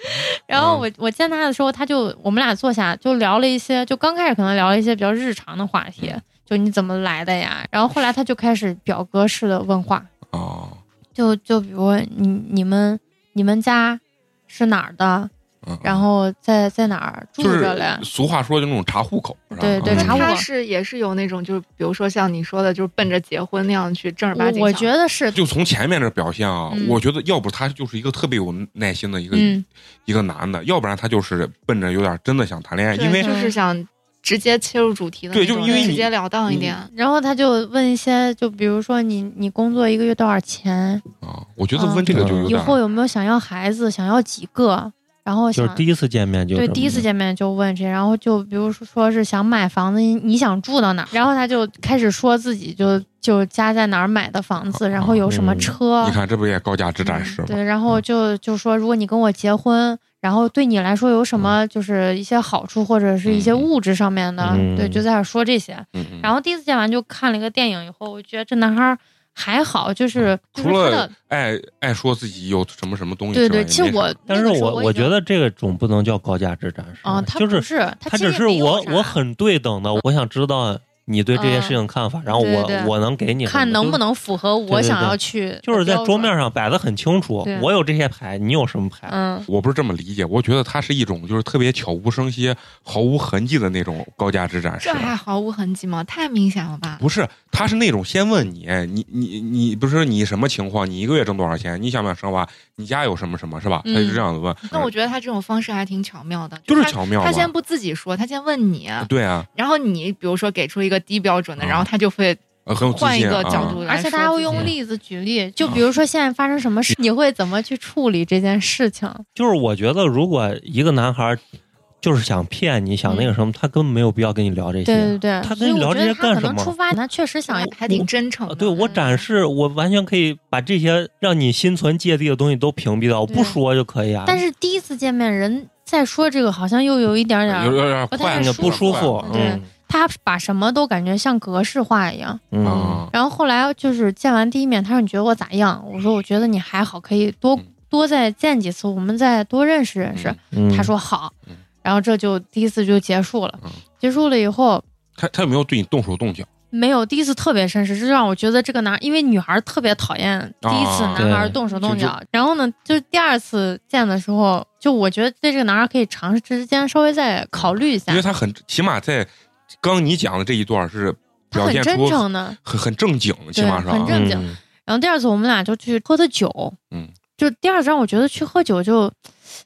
[SPEAKER 3] 然
[SPEAKER 1] 嗯
[SPEAKER 3] 后我我见他的时候，他就我们俩坐下就聊了一些，就刚开始可能聊了一些比较日常的话题
[SPEAKER 1] 嗯，
[SPEAKER 3] 就你怎么来的呀？然后后来他就开始表格式的问话，
[SPEAKER 1] 哦，
[SPEAKER 3] 就就比如你你们你们家是哪儿的，
[SPEAKER 1] 嗯，
[SPEAKER 3] 然后在在哪儿住
[SPEAKER 1] 就是
[SPEAKER 3] 着嘞？
[SPEAKER 1] 俗话说的那种查户口，是吧
[SPEAKER 3] 对对
[SPEAKER 1] 嗯
[SPEAKER 2] 那
[SPEAKER 3] 查户口
[SPEAKER 2] 他是也是有那种，就是比如说像你说的，就是奔着结婚那样去正儿八经想。
[SPEAKER 3] 我我觉得是，
[SPEAKER 1] 就从前面这表现啊，
[SPEAKER 3] 嗯
[SPEAKER 1] 我觉得要不他就是一个特别有耐心的一个、
[SPEAKER 3] 嗯，
[SPEAKER 1] 一个男的，要不然他就是奔着有点真的想谈恋爱，
[SPEAKER 2] 对
[SPEAKER 1] 因为
[SPEAKER 2] 就是想直接切入主题的
[SPEAKER 1] 对
[SPEAKER 2] 那
[SPEAKER 1] 就
[SPEAKER 2] 种，
[SPEAKER 1] 因为你嗯
[SPEAKER 2] 直截了当一点。
[SPEAKER 3] 然后他就问一些，就比如说你你工作一个月多少钱，
[SPEAKER 1] 啊，我觉得问这个就有
[SPEAKER 3] 以
[SPEAKER 1] 点，
[SPEAKER 3] 后有没有想要孩子，想要几个，然后
[SPEAKER 4] 就是
[SPEAKER 3] 想
[SPEAKER 4] 第一次见面就
[SPEAKER 3] 对
[SPEAKER 4] 这么
[SPEAKER 3] 第一次见面就问这些，然后就比如说说是想买房子，你你想住到哪儿，然后他就开始说自己就就家在哪儿买的房子，然后有什么
[SPEAKER 4] 嗯
[SPEAKER 3] 车，
[SPEAKER 1] 你看这不也高价值展示吗？
[SPEAKER 3] 对，然后就就说，如果你跟我结婚，然后对你来说有什么就是一些好处，或者是一些
[SPEAKER 1] 嗯
[SPEAKER 3] 物质上面的，
[SPEAKER 4] 嗯
[SPEAKER 3] 对，就在那儿说这些。
[SPEAKER 1] 嗯嗯。
[SPEAKER 3] 然后第一次见完就看了一个电影以后，我觉得这男孩儿还好，
[SPEAKER 4] 嗯
[SPEAKER 3] 就是就
[SPEAKER 1] 除
[SPEAKER 3] 是他
[SPEAKER 1] 了
[SPEAKER 3] 的
[SPEAKER 1] 爱爱说自己有什么什么东西之
[SPEAKER 3] 对
[SPEAKER 1] 外，
[SPEAKER 3] 对，其
[SPEAKER 1] 也
[SPEAKER 3] 实
[SPEAKER 1] 没
[SPEAKER 3] 我
[SPEAKER 1] 啥
[SPEAKER 4] 但是
[SPEAKER 3] 那个时候
[SPEAKER 4] 我
[SPEAKER 3] 我
[SPEAKER 4] 我
[SPEAKER 3] 已经
[SPEAKER 4] 觉得这个种不能叫高价值展示
[SPEAKER 3] 啊，他
[SPEAKER 4] 就
[SPEAKER 3] 不
[SPEAKER 4] 是
[SPEAKER 3] 是
[SPEAKER 4] 他
[SPEAKER 3] 他
[SPEAKER 4] 只
[SPEAKER 3] 其实
[SPEAKER 4] 是
[SPEAKER 3] 也没有
[SPEAKER 4] 我
[SPEAKER 3] 啥
[SPEAKER 4] 我很对等的，我想知道你对这些事情看法，然后我
[SPEAKER 3] 嗯对对
[SPEAKER 4] 我能给你
[SPEAKER 3] 看能不
[SPEAKER 4] 能
[SPEAKER 3] 能符合
[SPEAKER 4] 对
[SPEAKER 3] 我
[SPEAKER 4] 对
[SPEAKER 3] 想
[SPEAKER 4] 对
[SPEAKER 3] 要去，
[SPEAKER 4] 就是在桌面，上摆的很清楚
[SPEAKER 3] 对，
[SPEAKER 4] 我有这些牌，你有什么牌？
[SPEAKER 3] 嗯，
[SPEAKER 1] 我不是这么理解，我觉得它是一种就是特别悄无声息、毫无痕迹的那种高价值展示
[SPEAKER 2] 这。还毫无痕迹吗？太明显了吧？
[SPEAKER 1] 不是，他是那种先问你，你你你不是你什么情况？你一个月挣多少钱？你想不想生娃？你家有什么什么是吧？他
[SPEAKER 3] 嗯
[SPEAKER 1] 就这样子问，
[SPEAKER 2] 那我觉得他这种方式还挺巧妙的，
[SPEAKER 1] 就是
[SPEAKER 2] 他
[SPEAKER 1] 巧妙吧
[SPEAKER 2] 他先不自己说，他先问你，
[SPEAKER 1] 对啊，
[SPEAKER 2] 然后你比如说给出一个低标准的，
[SPEAKER 1] 嗯
[SPEAKER 4] 啊
[SPEAKER 2] 然后他就会
[SPEAKER 1] 呃很有自信啊。
[SPEAKER 2] 换一个角
[SPEAKER 4] 嗯
[SPEAKER 2] 度来
[SPEAKER 3] 而且
[SPEAKER 2] 说
[SPEAKER 3] 大家
[SPEAKER 2] 自
[SPEAKER 3] 会
[SPEAKER 2] 己
[SPEAKER 3] 用例子举例，就比如说现在发生什么事，你会怎么去处理这件事情？
[SPEAKER 4] 就是我觉得，如果一个男孩就是想骗你，想那个什么，他根本没有必要跟你聊这
[SPEAKER 3] 对嗯对
[SPEAKER 4] 些。啊
[SPEAKER 3] 对，
[SPEAKER 4] 他跟
[SPEAKER 3] 所以
[SPEAKER 4] 你
[SPEAKER 3] 我
[SPEAKER 4] 聊
[SPEAKER 3] 觉
[SPEAKER 4] 这
[SPEAKER 3] 得
[SPEAKER 4] 些
[SPEAKER 3] 他可
[SPEAKER 4] 干什
[SPEAKER 3] 能
[SPEAKER 4] 么
[SPEAKER 3] 出发，他确实想要
[SPEAKER 2] 还挺真诚
[SPEAKER 4] 啊
[SPEAKER 2] 的。
[SPEAKER 4] 对我展示，我完全可以把这些让你心存芥蒂的东西都屏蔽掉，我
[SPEAKER 3] 对
[SPEAKER 4] 不说就可以啊。
[SPEAKER 3] 但是第一次见面，人再说这个，好像又有一点点
[SPEAKER 4] 啊
[SPEAKER 1] 有有
[SPEAKER 3] 儿，
[SPEAKER 1] 有点
[SPEAKER 3] 不太
[SPEAKER 1] 快
[SPEAKER 4] 那个
[SPEAKER 3] 舒
[SPEAKER 4] 不舒服
[SPEAKER 3] 服，对
[SPEAKER 4] 嗯
[SPEAKER 3] 他把什么都感觉像格式化一样。
[SPEAKER 4] 嗯
[SPEAKER 1] 啊，
[SPEAKER 3] 然后后来就是见完第一面，他说你觉得我咋样？我说我觉得你还好，可以多
[SPEAKER 1] 嗯
[SPEAKER 3] 多再见几次，我们再多认识认识
[SPEAKER 1] 嗯。
[SPEAKER 4] 嗯
[SPEAKER 3] 他说好
[SPEAKER 1] 嗯，
[SPEAKER 3] 然后这就第一次就结束了
[SPEAKER 1] 嗯。
[SPEAKER 3] 结束了以后。
[SPEAKER 1] 他他有没有对你动手动脚？
[SPEAKER 3] 没有，第一次特别绅士，这让我觉得这个男，因为女孩特别讨厌第一次
[SPEAKER 1] 啊
[SPEAKER 3] 男孩
[SPEAKER 4] 对
[SPEAKER 3] 动手动
[SPEAKER 1] 就就
[SPEAKER 3] 脚。然后呢，就是第二次见的时候，就我觉得对这个男孩可以尝试之间稍微再考虑一下
[SPEAKER 1] 因为，他很起码在刚你讲的这一段是
[SPEAKER 3] 他
[SPEAKER 1] 表
[SPEAKER 3] 很
[SPEAKER 1] 现
[SPEAKER 3] 真
[SPEAKER 1] 出
[SPEAKER 3] 诚的。
[SPEAKER 1] 很很正经，起码是
[SPEAKER 3] 很
[SPEAKER 1] 啊
[SPEAKER 3] 正经
[SPEAKER 4] 嗯
[SPEAKER 3] 然后第二次我们俩就去喝的酒，
[SPEAKER 1] 嗯，
[SPEAKER 3] 就第二次让我觉得去喝酒就，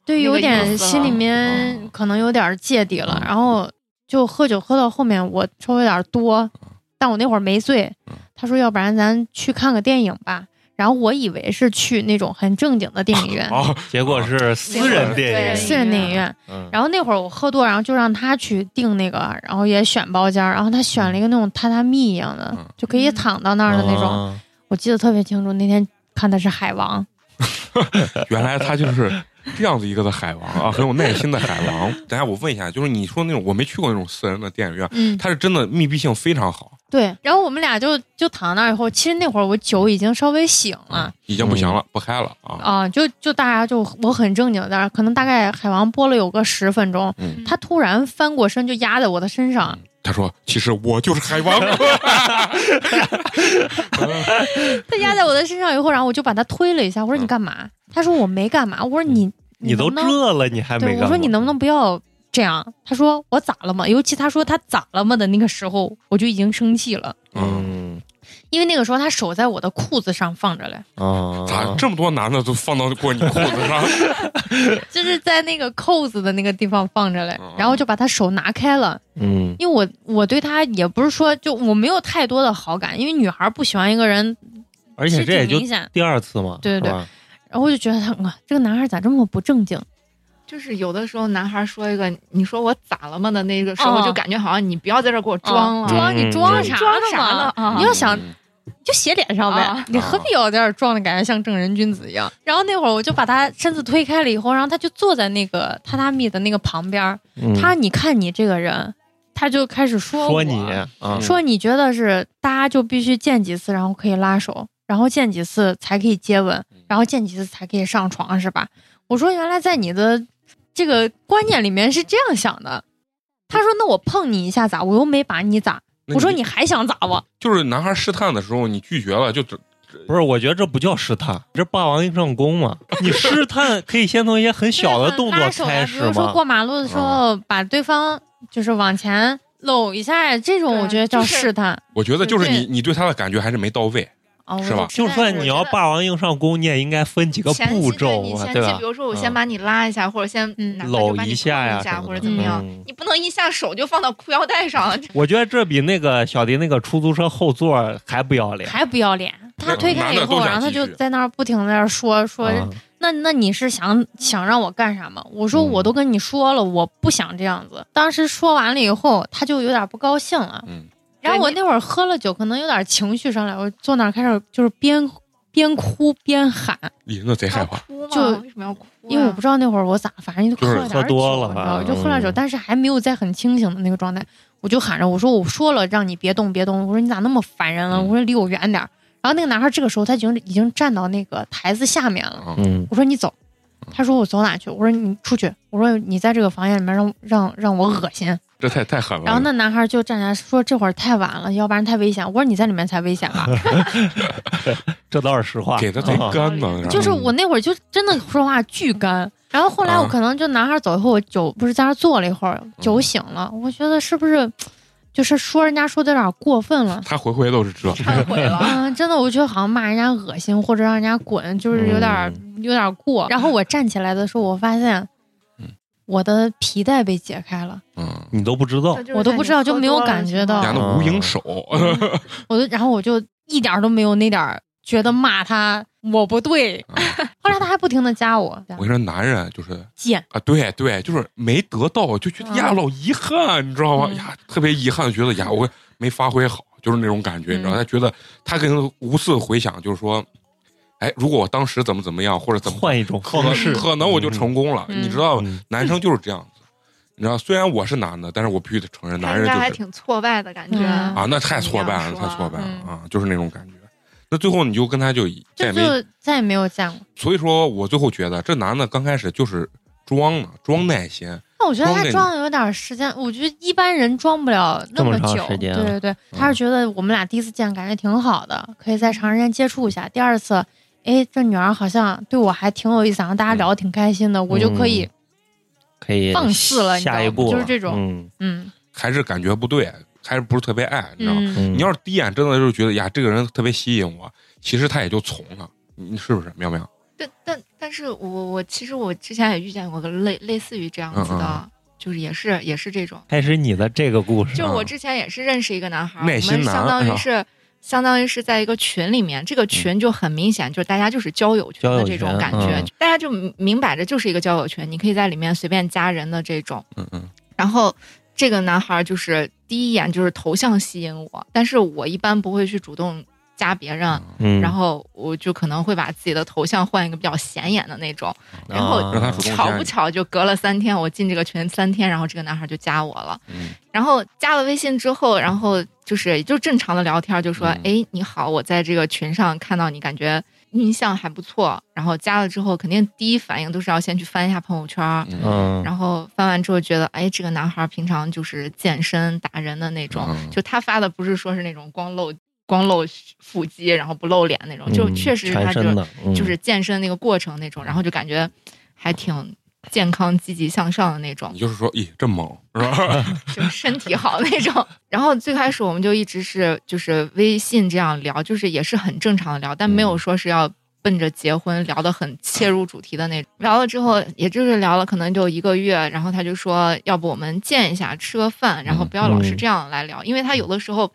[SPEAKER 3] 对，
[SPEAKER 2] 那
[SPEAKER 3] 有
[SPEAKER 2] 个
[SPEAKER 3] 点
[SPEAKER 2] 意思
[SPEAKER 3] 心里
[SPEAKER 2] 了哦
[SPEAKER 3] 面
[SPEAKER 1] 嗯
[SPEAKER 3] 可能有点芥蒂了。
[SPEAKER 1] 嗯
[SPEAKER 3] 然后就喝酒喝到后面，我稍微有点多，但我那会儿没醉
[SPEAKER 1] 嗯。
[SPEAKER 3] 他说，要不然咱去看个电影吧。然后我以为是去那种很正经的电影院，
[SPEAKER 1] 哦，
[SPEAKER 4] 结果是私人电
[SPEAKER 2] 对
[SPEAKER 4] 影，
[SPEAKER 3] 私人电影院。
[SPEAKER 4] 嗯
[SPEAKER 3] 然后那会儿我喝多，然后就让他去订那个，然后也选包间儿，然后他选了一个那种榻榻米一样的
[SPEAKER 1] 嗯，
[SPEAKER 3] 就可以
[SPEAKER 2] 嗯
[SPEAKER 3] 躺到那儿的那种。
[SPEAKER 4] 啊
[SPEAKER 3] 我记得特别清楚，那天看的是《海王》，
[SPEAKER 1] 原来他就是这样子一个的海王啊，很有耐心的海王。等下我问一下，就是你说那种我没去过那种私人的电影院，
[SPEAKER 3] 嗯，
[SPEAKER 1] 它是真的密闭性非常好，
[SPEAKER 3] 对。然后我们俩就就躺那儿以后，其实那会儿我酒已经稍微醒
[SPEAKER 4] 嗯
[SPEAKER 3] 了
[SPEAKER 1] 啊已经不行了，不开了啊。
[SPEAKER 3] 啊、就就大家就我很正经在那儿，可能大概海王播了有个十分钟，
[SPEAKER 1] 嗯
[SPEAKER 3] 他突然翻过身就压在我的身上，
[SPEAKER 4] 嗯
[SPEAKER 1] 他说：“其实我就是海王。
[SPEAKER 3] 他压在我的身上以后，然后我就把他推了一下，我说你干嘛？他说我没干嘛。我说你
[SPEAKER 4] 嗯你都
[SPEAKER 3] 能不能
[SPEAKER 4] 这了，你还没
[SPEAKER 3] 对，
[SPEAKER 4] 干
[SPEAKER 3] 我
[SPEAKER 4] 嘛？
[SPEAKER 3] 说你能不能不要这样？他说我咋了嘛？尤其他说他咋了嘛的那个时候，我就已经生气了，”
[SPEAKER 1] 嗯，
[SPEAKER 4] 嗯
[SPEAKER 3] 因为那个时候他手在我的裤子上放着嘞，
[SPEAKER 4] 啊，
[SPEAKER 1] 咋这么多男的都放到过你裤子上？
[SPEAKER 3] 就是在那个扣子的那个地方放着嘞
[SPEAKER 1] 嗯，
[SPEAKER 3] 然后就把他手拿开了。
[SPEAKER 4] 嗯
[SPEAKER 3] 因为我我对他也不是说就我没有太多的好感，因为女孩不喜欢一个人，
[SPEAKER 4] 而且
[SPEAKER 3] 是
[SPEAKER 4] 这也
[SPEAKER 3] 挺
[SPEAKER 4] 就
[SPEAKER 3] 明显。
[SPEAKER 4] 第二次嘛，
[SPEAKER 3] 对对对
[SPEAKER 4] 是吧
[SPEAKER 3] 然后我就觉得他哇，这个男孩咋这么不正经？
[SPEAKER 2] 嗯就是有的时候男孩说一个“你说我咋了嘛”的那个时候，
[SPEAKER 3] 哦
[SPEAKER 2] 就感觉好像你不要在这儿给我装
[SPEAKER 3] 啊
[SPEAKER 2] 了，
[SPEAKER 3] 装你
[SPEAKER 4] 嗯
[SPEAKER 3] 装
[SPEAKER 2] 你
[SPEAKER 3] 啥
[SPEAKER 2] 装
[SPEAKER 3] 呢
[SPEAKER 2] 啥
[SPEAKER 3] 嘛
[SPEAKER 2] 呢啊
[SPEAKER 3] 你要想
[SPEAKER 1] 嗯
[SPEAKER 3] 就写脸上呗，
[SPEAKER 2] 啊
[SPEAKER 3] 你何必要在这儿装的感觉像正人君子一样？然后那会儿我就把他身子推开了以后，然后他就坐在那个榻榻米的那个旁边儿，
[SPEAKER 4] 嗯
[SPEAKER 3] 他说你看你这个人，他就开始说
[SPEAKER 4] 说
[SPEAKER 3] 我
[SPEAKER 4] 你啊，
[SPEAKER 3] 说你觉得是大家就必须见几次，然后可以拉手，然后见几次才可以接吻，然后见几次才可以上床，是吧？我说原来在你的这个观念里面是这样想的。他说那我碰你一下咋？我又没把你咋？
[SPEAKER 1] 那
[SPEAKER 3] 我说你还想咋我？
[SPEAKER 1] 就是男孩试探的时候，你拒绝了，就只
[SPEAKER 4] 不是，我觉得这不叫试探，这霸王硬上弓嘛。你试探可以先从一些很小的动作
[SPEAKER 3] 拉手啊
[SPEAKER 4] 开
[SPEAKER 3] 比
[SPEAKER 4] 始
[SPEAKER 3] 如说
[SPEAKER 4] 嘛。
[SPEAKER 3] 过马路的时候，把对方就是往前搂一下，这种
[SPEAKER 2] 对
[SPEAKER 3] 我觉得叫
[SPEAKER 2] 就是
[SPEAKER 3] 试探。
[SPEAKER 1] 我觉得就是你
[SPEAKER 2] 对
[SPEAKER 1] 你对他的感觉还是没到位。
[SPEAKER 3] 哦，我
[SPEAKER 1] 是吧
[SPEAKER 4] 就算你要霸王硬上弓，你也应该分几个
[SPEAKER 2] 前期
[SPEAKER 4] 步
[SPEAKER 2] 对
[SPEAKER 4] 骤
[SPEAKER 2] 你
[SPEAKER 3] 啊
[SPEAKER 4] 嘛，
[SPEAKER 2] 前
[SPEAKER 4] 对
[SPEAKER 2] 期，
[SPEAKER 4] 吧
[SPEAKER 2] 比？如说我先
[SPEAKER 4] 嗯
[SPEAKER 2] 把你拉一下，或者先
[SPEAKER 3] 嗯
[SPEAKER 2] 哪怕就
[SPEAKER 4] 搂
[SPEAKER 2] 把你
[SPEAKER 4] 一下
[SPEAKER 2] 碰
[SPEAKER 4] 呀
[SPEAKER 2] 一
[SPEAKER 4] 什
[SPEAKER 2] 下，
[SPEAKER 4] 么的，
[SPEAKER 2] 或者怎么样，
[SPEAKER 4] 嗯
[SPEAKER 2] 你不能一下手就放到裤腰带 上，
[SPEAKER 4] 我觉得这比那个小迪那个出租车后座还不要脸。
[SPEAKER 3] 还不要脸。他推开
[SPEAKER 1] 男
[SPEAKER 3] 以
[SPEAKER 1] 的都
[SPEAKER 3] 后，
[SPEAKER 1] 想
[SPEAKER 3] 然后他
[SPEAKER 1] 继
[SPEAKER 3] 就
[SPEAKER 1] 续
[SPEAKER 3] 在那儿不停地在那儿说说，
[SPEAKER 4] 啊
[SPEAKER 3] 那那你是想想让我干啥吗？我说
[SPEAKER 4] 嗯
[SPEAKER 3] 我都跟你说了，我不想这样子。当时说完了以后，他就有点不高兴了。
[SPEAKER 1] 嗯，
[SPEAKER 3] 然后
[SPEAKER 2] 对
[SPEAKER 3] 我
[SPEAKER 2] 你
[SPEAKER 3] 那会儿喝了酒，可能有点情绪上来，我坐那儿开始就是边边哭边喊，
[SPEAKER 1] 你那贼害
[SPEAKER 2] 要
[SPEAKER 3] 啊
[SPEAKER 1] 怕。
[SPEAKER 2] 哭吗？
[SPEAKER 3] 就
[SPEAKER 2] 为什么要哭啊？
[SPEAKER 3] 因为我不知道那会儿我咋，反正就
[SPEAKER 1] 就是
[SPEAKER 3] 了点
[SPEAKER 4] 喝
[SPEAKER 3] 儿酒，
[SPEAKER 4] 多了
[SPEAKER 3] 你知
[SPEAKER 4] 吧
[SPEAKER 3] 道吧，就喝点酒，
[SPEAKER 4] 嗯
[SPEAKER 3] 但是还没有在很清醒的那个状态，我就喊着我说我说了让你别动别动，我说你咋那么烦人了，
[SPEAKER 1] 嗯
[SPEAKER 3] 我说离我远点儿。然后那个男孩这个时候他已经已经站到那个台子下面了，
[SPEAKER 1] 啊
[SPEAKER 4] 嗯
[SPEAKER 3] 我说你走，他说我走哪去？我说你出去，我说你在这个房间里面让让让我恶心，
[SPEAKER 1] 这太太狠了。
[SPEAKER 3] 然后那男孩就站起来说：“这会儿太晚了，要不然太危险。”我说：“你在里面才危险吧。”
[SPEAKER 4] 这倒是实话。
[SPEAKER 1] 给的贼
[SPEAKER 4] 啊
[SPEAKER 1] 干呢，然后
[SPEAKER 3] 就是我那会儿就真的说话巨干，然后后来我
[SPEAKER 1] 啊。
[SPEAKER 3] 可能就男孩走以后，我酒不是在那儿坐了一会儿，酒醒了，我觉得是不是就是说人家说的有点过分了
[SPEAKER 1] 他回回都是这，
[SPEAKER 5] 忏悔 了。
[SPEAKER 3] 嗯，真的，我觉得好像骂人家恶心或者让人家滚，就是有点儿、有点儿过。然后我站起来的时候，我发现
[SPEAKER 1] 嗯
[SPEAKER 3] 我的皮带被解开了，
[SPEAKER 1] 嗯，
[SPEAKER 4] 你都不知道
[SPEAKER 2] 他，就是
[SPEAKER 3] 我都
[SPEAKER 2] 在
[SPEAKER 3] 不
[SPEAKER 2] 你
[SPEAKER 3] 知道
[SPEAKER 2] 喝
[SPEAKER 3] 就没有
[SPEAKER 2] 多了
[SPEAKER 3] 感
[SPEAKER 2] 的
[SPEAKER 3] 觉
[SPEAKER 2] 情
[SPEAKER 3] 到
[SPEAKER 1] 俩
[SPEAKER 2] 况下
[SPEAKER 1] 的无影手，
[SPEAKER 4] 哦
[SPEAKER 3] 我就然后我就一点儿都没有那点儿觉得骂他我不对。后来他还不停的加我，
[SPEAKER 1] 我跟你说，男人就是
[SPEAKER 3] 贱。
[SPEAKER 1] 啊，对对，就是没得到就觉得
[SPEAKER 3] 嗯
[SPEAKER 1] 呀老遗憾，你知道吗？
[SPEAKER 3] 嗯
[SPEAKER 1] 呀，特别遗憾，觉得呀我没发挥好，就是那种感觉，你知道吗？
[SPEAKER 3] 嗯
[SPEAKER 1] 他觉得他跟无次回想，就是说，哎，如果我当时怎么怎么样，或者怎么，
[SPEAKER 4] 换一种
[SPEAKER 1] 可
[SPEAKER 4] 方式，
[SPEAKER 1] 可能我就
[SPEAKER 4] 嗯
[SPEAKER 1] 成功了，
[SPEAKER 3] 嗯
[SPEAKER 1] 你知道吗，
[SPEAKER 4] 嗯
[SPEAKER 1] 男生就是这样子，你知道，虽然我是男的，但是我必须得承认，
[SPEAKER 2] 他
[SPEAKER 1] 男
[SPEAKER 2] 应
[SPEAKER 1] 人
[SPEAKER 2] 该
[SPEAKER 1] 就
[SPEAKER 2] 还
[SPEAKER 1] 是
[SPEAKER 2] 挺挫败的感觉。
[SPEAKER 3] 嗯
[SPEAKER 1] 啊，那太
[SPEAKER 2] 怎么
[SPEAKER 1] 挫
[SPEAKER 2] 样
[SPEAKER 1] 败了，
[SPEAKER 2] 说
[SPEAKER 1] 太
[SPEAKER 2] 啊
[SPEAKER 1] 挫败了
[SPEAKER 3] 嗯
[SPEAKER 1] 啊，就是那种感觉。那最后你就跟他就再
[SPEAKER 3] 这
[SPEAKER 1] 也没
[SPEAKER 3] 就再也没有见过。
[SPEAKER 1] 所以说我最后觉得这男的刚开始就是装呢，装耐心，
[SPEAKER 3] 那我觉得
[SPEAKER 1] 装
[SPEAKER 3] 他
[SPEAKER 1] 给你
[SPEAKER 3] 装的有点时间，我觉得一般人装不了那
[SPEAKER 4] 这么长
[SPEAKER 3] 久。
[SPEAKER 4] 时间啊
[SPEAKER 3] 对对
[SPEAKER 1] 嗯
[SPEAKER 3] 对，他是觉得我们俩第一次见感觉挺好的，可以再长时间接触一下。第二次，哎，这女孩好像对我还挺有意思，然后大
[SPEAKER 1] 嗯
[SPEAKER 3] 家聊得挺开心的，我就可以，
[SPEAKER 4] 嗯可以
[SPEAKER 3] 放肆了你知道吗
[SPEAKER 4] 嗯下一步
[SPEAKER 3] 就是这种
[SPEAKER 4] 嗯
[SPEAKER 3] 嗯
[SPEAKER 1] 还是感觉不对，还是不是特别爱，你知道吗？
[SPEAKER 3] 嗯，
[SPEAKER 1] 你要是第一眼真的就是觉得呀，这个人特别吸引我，其实他也就从了，你是不是？苗苗，
[SPEAKER 2] 但但但是我我其实我之前也遇见过个类类似于这样子
[SPEAKER 1] 嗯
[SPEAKER 2] 的，
[SPEAKER 1] 嗯
[SPEAKER 2] 就是也是也是这种，
[SPEAKER 4] 开始你的这个故事，
[SPEAKER 2] 就是我之前也是认识一个男孩儿，
[SPEAKER 1] 嗯耐心
[SPEAKER 2] 我们
[SPEAKER 1] 男嗯
[SPEAKER 2] 相当
[SPEAKER 1] 是
[SPEAKER 2] 于
[SPEAKER 1] 吧
[SPEAKER 2] 是。相当于是在一个群里面，
[SPEAKER 1] 嗯
[SPEAKER 2] 这个群就很明显，就是大家就是交友群
[SPEAKER 4] 交
[SPEAKER 2] 的
[SPEAKER 4] 友
[SPEAKER 2] 这种
[SPEAKER 4] 群
[SPEAKER 2] 感觉，
[SPEAKER 4] 嗯
[SPEAKER 2] 大家就明摆着就是一个交友群，你可以在里面随便加人的这种。
[SPEAKER 1] 嗯嗯，
[SPEAKER 2] 然后这个男孩儿就是第一眼就是头像吸引我，但是我一般不会去主动加别人，
[SPEAKER 4] 嗯，
[SPEAKER 2] 然后我就可能会把自己的头像换一个比较显眼的那
[SPEAKER 1] 哦
[SPEAKER 2] 种。然后
[SPEAKER 4] 啊
[SPEAKER 1] 让他主动
[SPEAKER 2] 巧
[SPEAKER 1] 加
[SPEAKER 2] 不
[SPEAKER 1] 你，
[SPEAKER 2] 巧，就隔了三天，我进这个群三天，然后这个男孩就加我了。
[SPEAKER 1] 嗯
[SPEAKER 2] 然后加了微信之后，然后就是也就正常的聊天，就说：“
[SPEAKER 1] 嗯
[SPEAKER 2] 哎、你好，我在这个群上看到你，感觉印象还不错。”然后加了之后，肯定第一反应都是要先去翻一下朋友圈。
[SPEAKER 1] 嗯
[SPEAKER 4] 嗯，
[SPEAKER 2] 然后翻完之后觉得，哎，这个男孩平常就是健身达人的那种，
[SPEAKER 1] 嗯
[SPEAKER 2] 就他发的不是说是那种光露光露腹肌，然后不露脸那种，就
[SPEAKER 4] 嗯
[SPEAKER 2] 确实
[SPEAKER 4] 全
[SPEAKER 2] 他就
[SPEAKER 4] 身的嗯
[SPEAKER 2] 就是健身那个过程那种，然后就感觉还挺健康、积极向上的那种
[SPEAKER 1] 你，就是说，咦，这猛是吧？
[SPEAKER 2] 就是身体好那种。 然后最开始我们就一直是就是微信这样聊，就是也是很正常的聊，但没有说是要奔着结婚聊得很切入主题的那种。聊了之后，也就是聊了可能就一个月，然后他就说，要不我们见一下，吃个饭，然后不要老是这样来聊，因为他有的时候。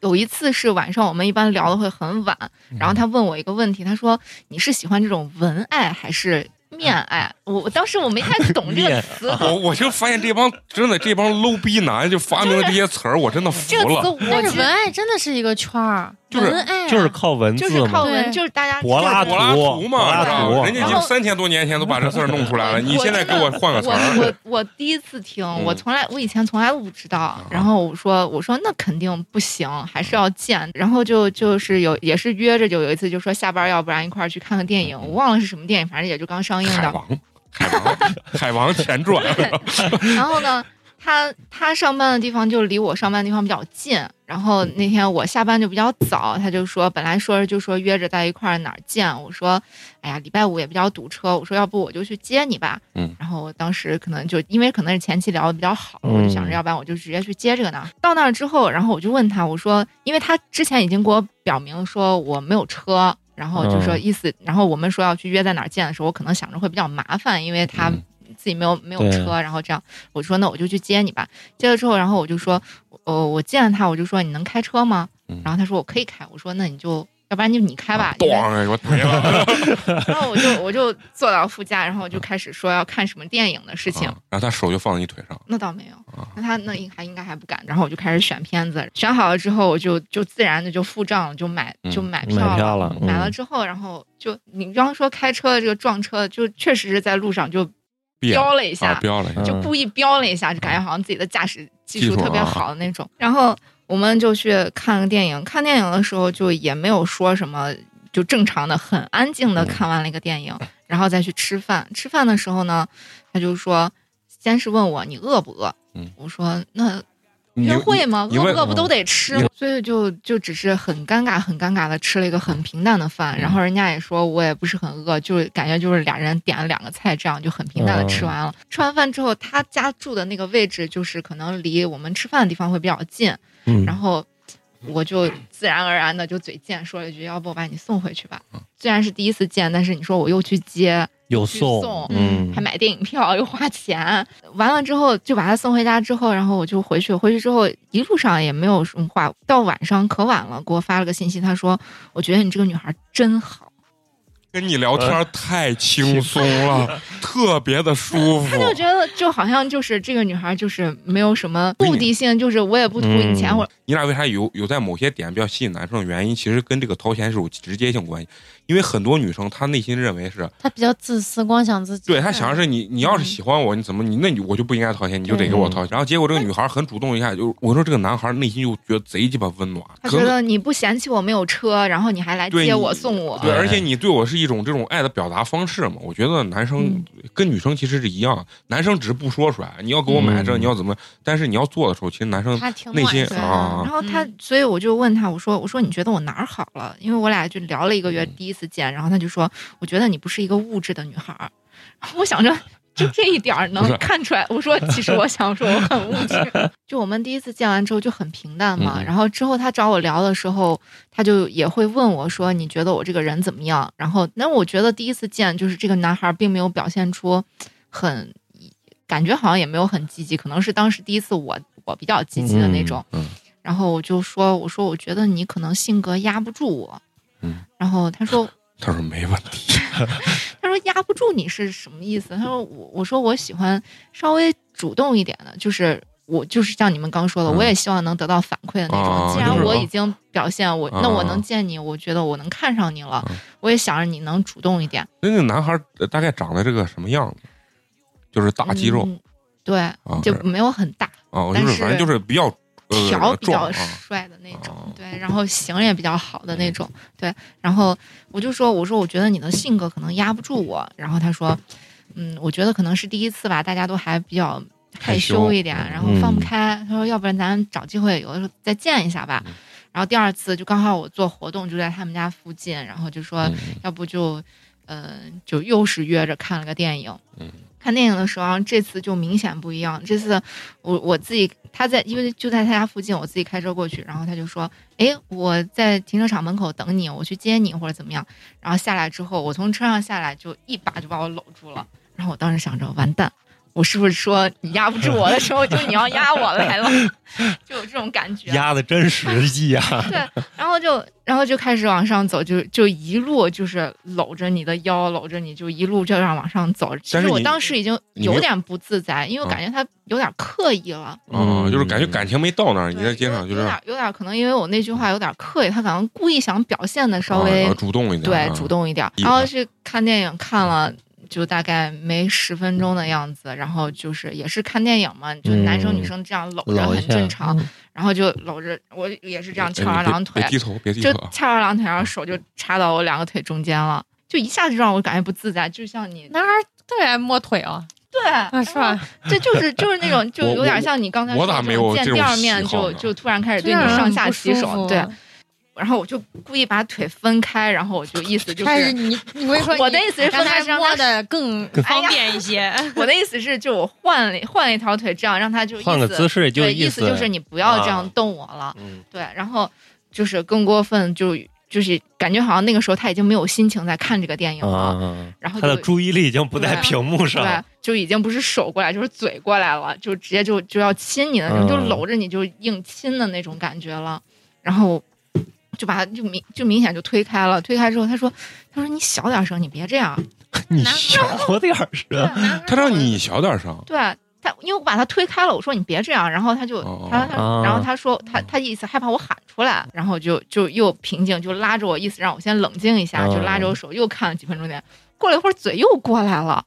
[SPEAKER 2] 有一次是晚上，我们一般聊的会很晚，然后他问我一个问题，他说：“你是喜欢这种文爱还是面爱？”我我当时我没太懂这个
[SPEAKER 4] 面
[SPEAKER 2] 词，
[SPEAKER 1] 我我就发现这帮真的这帮 low 逼男就发明了这些词儿，我真的服
[SPEAKER 2] 这个词
[SPEAKER 1] 了。
[SPEAKER 2] 我
[SPEAKER 3] 但
[SPEAKER 2] 其
[SPEAKER 3] 是
[SPEAKER 2] 实
[SPEAKER 3] 文爱真的是一个圈儿，
[SPEAKER 1] 就是
[SPEAKER 3] 文爱啊
[SPEAKER 4] 就是靠文字
[SPEAKER 2] 就是靠
[SPEAKER 4] 嘛，
[SPEAKER 2] 文，
[SPEAKER 3] 对
[SPEAKER 2] 就是大家
[SPEAKER 4] 柏拉
[SPEAKER 2] 就是
[SPEAKER 1] 柏拉图
[SPEAKER 4] 柏
[SPEAKER 1] 嘛，你
[SPEAKER 4] 拉
[SPEAKER 1] 知道吗
[SPEAKER 4] 图
[SPEAKER 1] 人家已
[SPEAKER 2] 然
[SPEAKER 1] 经
[SPEAKER 2] 后
[SPEAKER 1] 三千多年前都把这事儿弄出来了，你现在给我换个词
[SPEAKER 2] 我
[SPEAKER 1] 儿，
[SPEAKER 2] 我我第一次听，
[SPEAKER 1] 嗯啊
[SPEAKER 2] 我从来我以前从来都不知道。然后我说我说那肯定不行，还是要见。然后就就是有也是约着，就有一次就说下班要不然一块儿去看个电影，我忘了是什么电影，反正也就刚上映
[SPEAKER 1] 海
[SPEAKER 2] 的。
[SPEAKER 1] 王，海王，海王前传，
[SPEAKER 2] 然后呢，他他上班的地方就离我上班的地方比较近。然后那天我下班就比较早，他就说本来说是就说约着在一块儿哪儿见，我说，哎呀，礼拜五也比较堵车，我说要不我就去接你吧。
[SPEAKER 1] 嗯。
[SPEAKER 2] 然后我当时可能就因为可能是前期聊的比较好，我就想着
[SPEAKER 4] 嗯
[SPEAKER 2] 要不然我就直接去接这个男孩。到那儿之后，然后我就问他，我说，因为他之前已经给我表明说我没有车。然后就说
[SPEAKER 4] 嗯
[SPEAKER 2] 意思，然后我们说要去约在哪儿见的时候，我可能想着会比较麻烦，因为他
[SPEAKER 1] 嗯
[SPEAKER 2] 自己没有没有
[SPEAKER 4] 对
[SPEAKER 2] 车，然后这样我说那我就去接你吧。接了之后，然后我就说，呃，我见他，我就说你能开车吗
[SPEAKER 1] 嗯？
[SPEAKER 2] 然后他说我可以开，我说那你就要不然就你开
[SPEAKER 4] 啊
[SPEAKER 2] 吧。因为
[SPEAKER 1] 咣，我啊腿了，
[SPEAKER 2] 然后我就我就坐到副驾，然后我就开始说要看什么电影的事
[SPEAKER 4] 啊
[SPEAKER 2] 情。
[SPEAKER 1] 啊然后他手就放在你腿上。
[SPEAKER 2] 那倒没有，那他那应还应该还不敢。然后我就开始选片子，选好了之后，我就就自然的就付账了，就买
[SPEAKER 1] 嗯
[SPEAKER 2] 就买票
[SPEAKER 4] 买
[SPEAKER 2] 了。
[SPEAKER 4] 票了，
[SPEAKER 2] 买了
[SPEAKER 4] 嗯
[SPEAKER 2] 之后，然后就你刚刚说开车的这个撞车，就确实是在路上就
[SPEAKER 1] 别
[SPEAKER 2] 飙了一下，
[SPEAKER 1] 啊，标了一下，
[SPEAKER 2] 就
[SPEAKER 4] 嗯
[SPEAKER 2] 故意飙了一下，就感觉好像自己的驾驶技
[SPEAKER 1] 技
[SPEAKER 2] 术
[SPEAKER 1] 术
[SPEAKER 2] 特别好的那种。然后我们就去看个电影，看电影的时候就也没有说什么，就正常的、很嗯安静的看完了一个电影，然后再去吃饭。吃饭的时候呢，他就说先是问我你饿不饿，
[SPEAKER 1] 嗯
[SPEAKER 2] 我说那
[SPEAKER 1] 你
[SPEAKER 2] 约会啊吗？
[SPEAKER 1] 你
[SPEAKER 2] 饿不
[SPEAKER 1] 问
[SPEAKER 2] 饿不
[SPEAKER 1] 嗯
[SPEAKER 2] 都得吃
[SPEAKER 1] 你
[SPEAKER 2] 吗，所以就就只是很尴尬、很尴尬的吃了一个很平淡的饭，然
[SPEAKER 1] 嗯
[SPEAKER 2] 后人家也说我也不是很饿，就是感觉就是俩人点了两个菜，这样就很平淡的
[SPEAKER 1] 哦
[SPEAKER 2] 吃完了。吃完饭之后，他家住的那个位置就是可能离我们吃饭的地方会比较近，
[SPEAKER 4] 嗯
[SPEAKER 2] 然后我就自然而然的就嘴贱说了一句：“要不我把你送回去吧。”
[SPEAKER 1] 嗯
[SPEAKER 2] 虽然是第一次见，但是你说我又去接，
[SPEAKER 4] 有
[SPEAKER 2] 去
[SPEAKER 4] 送
[SPEAKER 2] 送，
[SPEAKER 4] 嗯
[SPEAKER 2] 还买电影票，又花钱，完了之后就把他送回家之后，然后我就回去，回去之后一路上也没有什么话，到晚上可晚了，给我发了个信息，他说：“我觉得你这个女孩真
[SPEAKER 1] 哦
[SPEAKER 2] 好。
[SPEAKER 1] 跟你聊天太呃轻松了，特别的舒”服
[SPEAKER 2] 他。就觉得就好像就是这个女孩就是没有什么目的性，就是我也不图你钱，
[SPEAKER 4] 嗯
[SPEAKER 2] 我
[SPEAKER 1] 你俩为啥有有在某些点比较吸引男生的原因，其实跟这个掏钱是有直接性关系。因为很多女生她内心认为是
[SPEAKER 3] 他比较自私，光想自己。
[SPEAKER 1] 对她想的是你，
[SPEAKER 2] 嗯
[SPEAKER 1] 你要是喜欢我，你怎么你那你我就不应该掏钱，你就得给我掏钱。
[SPEAKER 2] 嗯
[SPEAKER 1] 然后结果这个女孩很主动一下，就我说这个男孩内心就觉得贼鸡巴温暖，
[SPEAKER 2] 他
[SPEAKER 1] 可
[SPEAKER 2] 觉
[SPEAKER 1] 能
[SPEAKER 2] 得你不嫌弃我没有车，然后你还来
[SPEAKER 1] 对
[SPEAKER 2] 接
[SPEAKER 1] 你
[SPEAKER 2] 我送我，
[SPEAKER 1] 对，
[SPEAKER 4] 哎
[SPEAKER 1] 而且你对我是一种这种爱的表达方式嘛。我觉得男生
[SPEAKER 2] 嗯
[SPEAKER 1] 跟女生其实是一样，男生只是不说出来，你要给我买这，
[SPEAKER 4] 嗯
[SPEAKER 1] 你要怎么，但是你要做的时候，其实男生
[SPEAKER 3] 他挺
[SPEAKER 1] 内
[SPEAKER 3] 暖
[SPEAKER 1] 心
[SPEAKER 3] 心的
[SPEAKER 1] 啊
[SPEAKER 2] 然，后他，所以我就问他，我说，我说你觉得我哪儿好了？因为我俩就聊了一个
[SPEAKER 1] 嗯
[SPEAKER 2] 月，第一次见，然后他就说，我觉得你不是一个物质的女孩儿。然后我想着，就这一点儿
[SPEAKER 1] 不是
[SPEAKER 2] 能看出来。我说，其实我想说我很物质。就我们第一次见完之后就很平淡嘛，
[SPEAKER 1] 嗯
[SPEAKER 2] 然后之后他找我聊的时候，他就也会问我说，你觉得我这个人怎么样？然后，那我觉得第一次见就是这个男孩儿并没有表现出很。感觉好像也没有很积极，可能是当时第一次我我比较积极的那种，
[SPEAKER 1] 嗯，
[SPEAKER 2] 然后我就说：“我说我觉得你可能性格压不住我。”
[SPEAKER 1] 嗯，
[SPEAKER 2] 然后他说
[SPEAKER 1] 他说没问题，：“
[SPEAKER 2] 他说压不住你是什么意思？”他说：“我我说我喜欢稍微主动一点的，就是我就是像你们刚说的，
[SPEAKER 1] 嗯
[SPEAKER 2] 我也希望能得到反馈的那种。
[SPEAKER 1] 啊
[SPEAKER 2] 既
[SPEAKER 1] 就
[SPEAKER 2] 然
[SPEAKER 1] 是
[SPEAKER 2] 我
[SPEAKER 1] 啊
[SPEAKER 2] 已经表现我，
[SPEAKER 1] 啊
[SPEAKER 2] 那我能见你，我觉得我能看上你了，
[SPEAKER 1] 嗯
[SPEAKER 2] 我也想着你能主动一点，
[SPEAKER 1] 那个男孩呃大概长得这个什么样子？就是大肌肉
[SPEAKER 2] 嗯对，
[SPEAKER 1] 啊，
[SPEAKER 2] 就没有很大，
[SPEAKER 1] 啊，我就
[SPEAKER 2] 但
[SPEAKER 1] 是
[SPEAKER 2] 是
[SPEAKER 1] 反正就是比较呃
[SPEAKER 2] 条比
[SPEAKER 1] 壮
[SPEAKER 2] 较
[SPEAKER 1] 啊，
[SPEAKER 2] 帅的那种，
[SPEAKER 1] 哦嗯
[SPEAKER 2] 对，然后型也比较好的那种，对。然后我就说，我说我觉得你的性格可能压不住我。然后他说，嗯，我觉得可能是第一次吧，大家都还比较害羞一点，
[SPEAKER 1] 害羞嗯
[SPEAKER 2] 然后放不开。他说，要不然咱找机会有的时候再见一下吧。
[SPEAKER 1] 嗯
[SPEAKER 2] 然后第二次就刚好我做活动就在他们家附近，然后就说，
[SPEAKER 1] 嗯
[SPEAKER 2] 要不就，呃，就又是约着看了个电影。
[SPEAKER 1] 嗯
[SPEAKER 2] 看电影的时候，这次就明显不一样。这次我我自己，他在因为就在他家附近，我自己开车过去，然后他就说：“诶，我在停车场门口等你，我去接你或者怎么样。”然后下来之后，我从车上下来就一把就把我搂住了。然后我当时想着，完蛋，我是不是说你压不住我的时候，就你要压我来了， 就有这种感觉。
[SPEAKER 4] 压的真 实际啊呀，
[SPEAKER 2] 对，然后就然后就开始往上走，就就一路就是搂着你的腰，搂着你就一路这样往上走。其
[SPEAKER 1] 但
[SPEAKER 2] 实
[SPEAKER 1] 是
[SPEAKER 2] 我
[SPEAKER 1] 你
[SPEAKER 2] 当时已经
[SPEAKER 1] 你没
[SPEAKER 2] 有
[SPEAKER 1] 有嗯
[SPEAKER 2] 点不自在，因为我感觉他有点刻意了。
[SPEAKER 1] 啊，
[SPEAKER 4] 嗯
[SPEAKER 1] 就是感觉感情没到那儿，
[SPEAKER 2] 对
[SPEAKER 1] 你在街上就
[SPEAKER 2] 有
[SPEAKER 1] 是啊
[SPEAKER 2] 有点有点可能，因为我那句话有点刻意，他可能故意想表现的稍微、
[SPEAKER 1] 啊主动一点，
[SPEAKER 2] 对
[SPEAKER 1] 啊嗯
[SPEAKER 2] 主。动一点。
[SPEAKER 1] 一
[SPEAKER 2] 然后去看电影，看了就大概没十分钟的样子，然后就是也是看电影嘛，就男生
[SPEAKER 4] 嗯
[SPEAKER 2] 女生这样搂着
[SPEAKER 4] 搂一
[SPEAKER 2] 很
[SPEAKER 4] 嗯下
[SPEAKER 2] 正常，然后就搂着我也是这
[SPEAKER 1] 嗯
[SPEAKER 2] 样
[SPEAKER 1] 哎
[SPEAKER 2] 翘二郎腿
[SPEAKER 1] 别，低头，别低
[SPEAKER 2] 就
[SPEAKER 1] 头啊。
[SPEAKER 2] 翘二郎腿，然后手就插到我两个腿中间了，就一下就让我感觉不自在，就像你
[SPEAKER 3] 男孩儿特别爱摸腿啊，
[SPEAKER 2] 对，
[SPEAKER 3] 那是吧？
[SPEAKER 2] 这就是就是那种，就
[SPEAKER 1] 我
[SPEAKER 2] 有点像你刚才
[SPEAKER 1] 我
[SPEAKER 2] 说
[SPEAKER 1] 咋
[SPEAKER 2] 的
[SPEAKER 1] 没有
[SPEAKER 2] 见
[SPEAKER 1] 这种
[SPEAKER 2] 第二面
[SPEAKER 1] 喜好
[SPEAKER 2] 就
[SPEAKER 1] 呢
[SPEAKER 2] 就突然开始
[SPEAKER 3] 这
[SPEAKER 2] 对你
[SPEAKER 3] 样
[SPEAKER 2] 上
[SPEAKER 3] 啊很
[SPEAKER 2] 下
[SPEAKER 3] 不
[SPEAKER 2] 其
[SPEAKER 3] 舒
[SPEAKER 2] 手，
[SPEAKER 3] 服啊
[SPEAKER 2] 对，然后我就故意把腿分开，然后我就意思就
[SPEAKER 3] 但是
[SPEAKER 2] 是。
[SPEAKER 3] 你，你我跟你说，
[SPEAKER 2] 我的意思是
[SPEAKER 3] 刚
[SPEAKER 2] 分开
[SPEAKER 3] 才
[SPEAKER 2] 是让
[SPEAKER 3] 摸
[SPEAKER 2] 他
[SPEAKER 3] 的更
[SPEAKER 2] 哎
[SPEAKER 6] 方
[SPEAKER 2] 呀
[SPEAKER 6] 便一些。
[SPEAKER 2] 我的意思是，就我换了换了一条腿，这样让他就意
[SPEAKER 4] 换个
[SPEAKER 2] 思
[SPEAKER 4] 姿势也就
[SPEAKER 2] 对，
[SPEAKER 4] 意
[SPEAKER 2] 意
[SPEAKER 4] 思
[SPEAKER 2] 就是你不要这样
[SPEAKER 4] 啊
[SPEAKER 2] 动我了。
[SPEAKER 4] 嗯
[SPEAKER 2] 对，然后就是更过分就，就是感觉好像那个时候他已经没有心情在看这个电影了，
[SPEAKER 4] 啊，
[SPEAKER 2] 然后
[SPEAKER 4] 他的
[SPEAKER 2] 就。
[SPEAKER 4] 注意力已经不在
[SPEAKER 2] 对
[SPEAKER 4] 屏幕
[SPEAKER 2] 对
[SPEAKER 4] 上，，
[SPEAKER 2] 就已经不是手过来，就是嘴过来了，就直接就就要亲你的那种，
[SPEAKER 4] 嗯
[SPEAKER 2] 就搂着你就硬亲的那种感觉了。然后就把他就明就明显就推开了，推开之后他说：“他说你小点声，你别这样。
[SPEAKER 4] 你小点儿声，
[SPEAKER 1] 他让你小点声，
[SPEAKER 2] 对”他，因为我把他推开了，我说你别这样，然后他就
[SPEAKER 1] 哦
[SPEAKER 2] 他他
[SPEAKER 4] 哦
[SPEAKER 2] 然后他说他他意思害怕我喊出来，然后就就又平静，就拉着我意思让我先冷静一下，
[SPEAKER 1] 嗯
[SPEAKER 2] 就拉着我手又看了几分钟电影，过了一会儿嘴又过来了，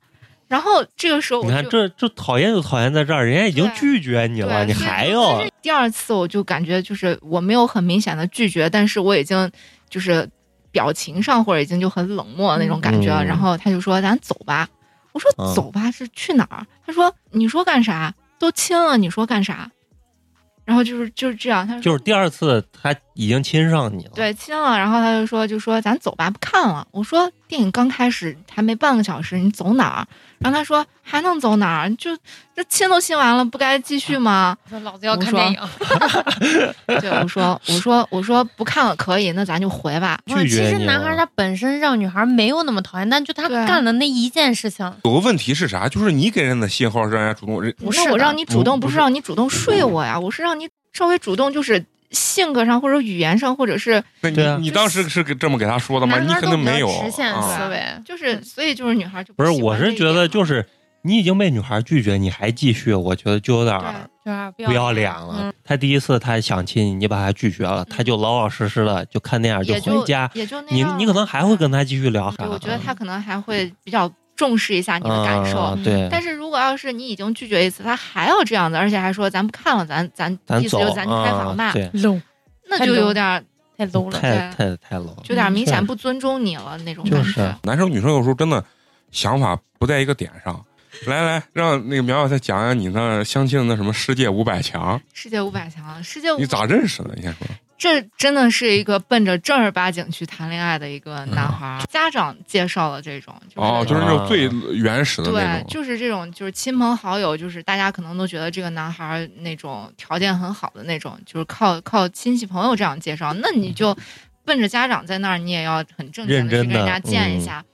[SPEAKER 2] 然后这个时候我
[SPEAKER 4] 你看
[SPEAKER 2] 就
[SPEAKER 4] 这这讨厌就讨厌在这儿，人家已经
[SPEAKER 2] 对
[SPEAKER 4] 拒绝你了，
[SPEAKER 2] 对
[SPEAKER 4] 你
[SPEAKER 2] 所以
[SPEAKER 4] 还
[SPEAKER 2] 就
[SPEAKER 4] 要
[SPEAKER 2] 其实第二次我就感觉就是我没有很明显的拒绝，但是我已经就是表情上或者已经就很冷漠的那种感觉了。
[SPEAKER 4] 嗯
[SPEAKER 2] 然后他就说咱走吧，我说
[SPEAKER 4] 嗯
[SPEAKER 2] 走吧，是去哪儿？他说你说干啥？都亲了，你说干啥？然后就是就是这样，他说
[SPEAKER 4] 就是第二次他已经亲上你了，，
[SPEAKER 2] 对亲了，然后他就说就说咱走吧，不看了。我说电影刚开始还没半个小时，你走哪儿？然后他说还能走哪儿？就这亲都亲完了，不该继
[SPEAKER 4] 啊
[SPEAKER 2] 续吗？
[SPEAKER 3] 说老子要
[SPEAKER 2] 我
[SPEAKER 3] 看
[SPEAKER 2] 说
[SPEAKER 3] 电影，
[SPEAKER 2] 对，我说我说我说不看了可以，那咱就回吧。
[SPEAKER 3] 不是，
[SPEAKER 4] 拒
[SPEAKER 3] 其
[SPEAKER 4] 绝
[SPEAKER 3] 实
[SPEAKER 4] 你
[SPEAKER 3] 男
[SPEAKER 1] 啊
[SPEAKER 3] 孩
[SPEAKER 4] 了。
[SPEAKER 3] 他本身让女孩没有那么讨厌，但就他
[SPEAKER 2] 对啊
[SPEAKER 3] 干了那一件事情，
[SPEAKER 1] 有个问题是啥？就是你给人的信号是让人家主动，人
[SPEAKER 3] 不是
[SPEAKER 2] 那我
[SPEAKER 3] 的
[SPEAKER 2] 让你主
[SPEAKER 4] 不
[SPEAKER 2] 动，不
[SPEAKER 4] 不
[SPEAKER 2] 是
[SPEAKER 4] 是
[SPEAKER 2] 让你主动睡我呀，我是让你稍微主动，就是性格上或者语言上，或者是
[SPEAKER 1] 那你、
[SPEAKER 4] 对啊
[SPEAKER 1] 你当时是给这么给他说的吗？
[SPEAKER 3] 男
[SPEAKER 1] 你
[SPEAKER 3] 孩
[SPEAKER 1] 肯
[SPEAKER 3] 都
[SPEAKER 1] 定
[SPEAKER 3] 比较
[SPEAKER 1] 没有。
[SPEAKER 3] 直线
[SPEAKER 1] 啊
[SPEAKER 3] 思维。
[SPEAKER 2] 就是，所以就是女孩就
[SPEAKER 4] 不是，我是觉得就是是你已经被女孩拒绝，你还继续，我觉得就有点儿
[SPEAKER 3] 有点不
[SPEAKER 4] 不要脸了。
[SPEAKER 3] 嗯
[SPEAKER 4] 他第一次他想亲你，你把他拒绝了，他就老老实实的就看电影
[SPEAKER 2] 嗯也
[SPEAKER 4] 回家。
[SPEAKER 2] 也就那
[SPEAKER 4] 你
[SPEAKER 2] 样
[SPEAKER 4] 你可能还会跟他继续聊
[SPEAKER 2] 对
[SPEAKER 4] 啥？嗯
[SPEAKER 2] 我觉得他可能还会比较重视一下你的感受。嗯
[SPEAKER 4] 啊对，
[SPEAKER 2] 但是如果要是你已经拒绝一次，他还要这样子，而且还说咱不看了，咱咱
[SPEAKER 4] 咱
[SPEAKER 2] 意思
[SPEAKER 4] 走
[SPEAKER 2] 就是咱开
[SPEAKER 4] 啊
[SPEAKER 2] 房嗯吧，
[SPEAKER 4] 对，
[SPEAKER 3] low
[SPEAKER 2] 那就有点儿
[SPEAKER 3] 太 low 了。
[SPEAKER 4] 太太太 low 了。
[SPEAKER 2] 就有点儿明显
[SPEAKER 4] 是
[SPEAKER 2] 不尊重你了那种
[SPEAKER 4] 就
[SPEAKER 2] 感
[SPEAKER 4] 是
[SPEAKER 2] 觉。
[SPEAKER 1] 男生女生有时候真的想法不在一个点上。来来，让那个苗苗再讲讲你那相亲的那什么世界五百强，
[SPEAKER 2] 世界五百强，世界五
[SPEAKER 1] 你咋认识的？你先说。
[SPEAKER 2] 这真的是一个奔着正儿八经去谈恋爱的一个男孩儿，家长介绍的这种，就是、
[SPEAKER 1] 嗯哦，就是那种
[SPEAKER 4] 啊
[SPEAKER 1] 最原始的那
[SPEAKER 2] 对，
[SPEAKER 1] 种。嗯
[SPEAKER 2] 就是这种，就是亲朋好友，就是大家可能都觉得这个男孩儿那种条件很好的那种，就是靠靠亲戚朋友这样介绍，那你就奔着家长在那儿，你也要很正经
[SPEAKER 4] 认
[SPEAKER 2] 的去
[SPEAKER 4] 真
[SPEAKER 2] 跟
[SPEAKER 4] 地
[SPEAKER 2] 人
[SPEAKER 4] 嗯
[SPEAKER 2] 家见一下，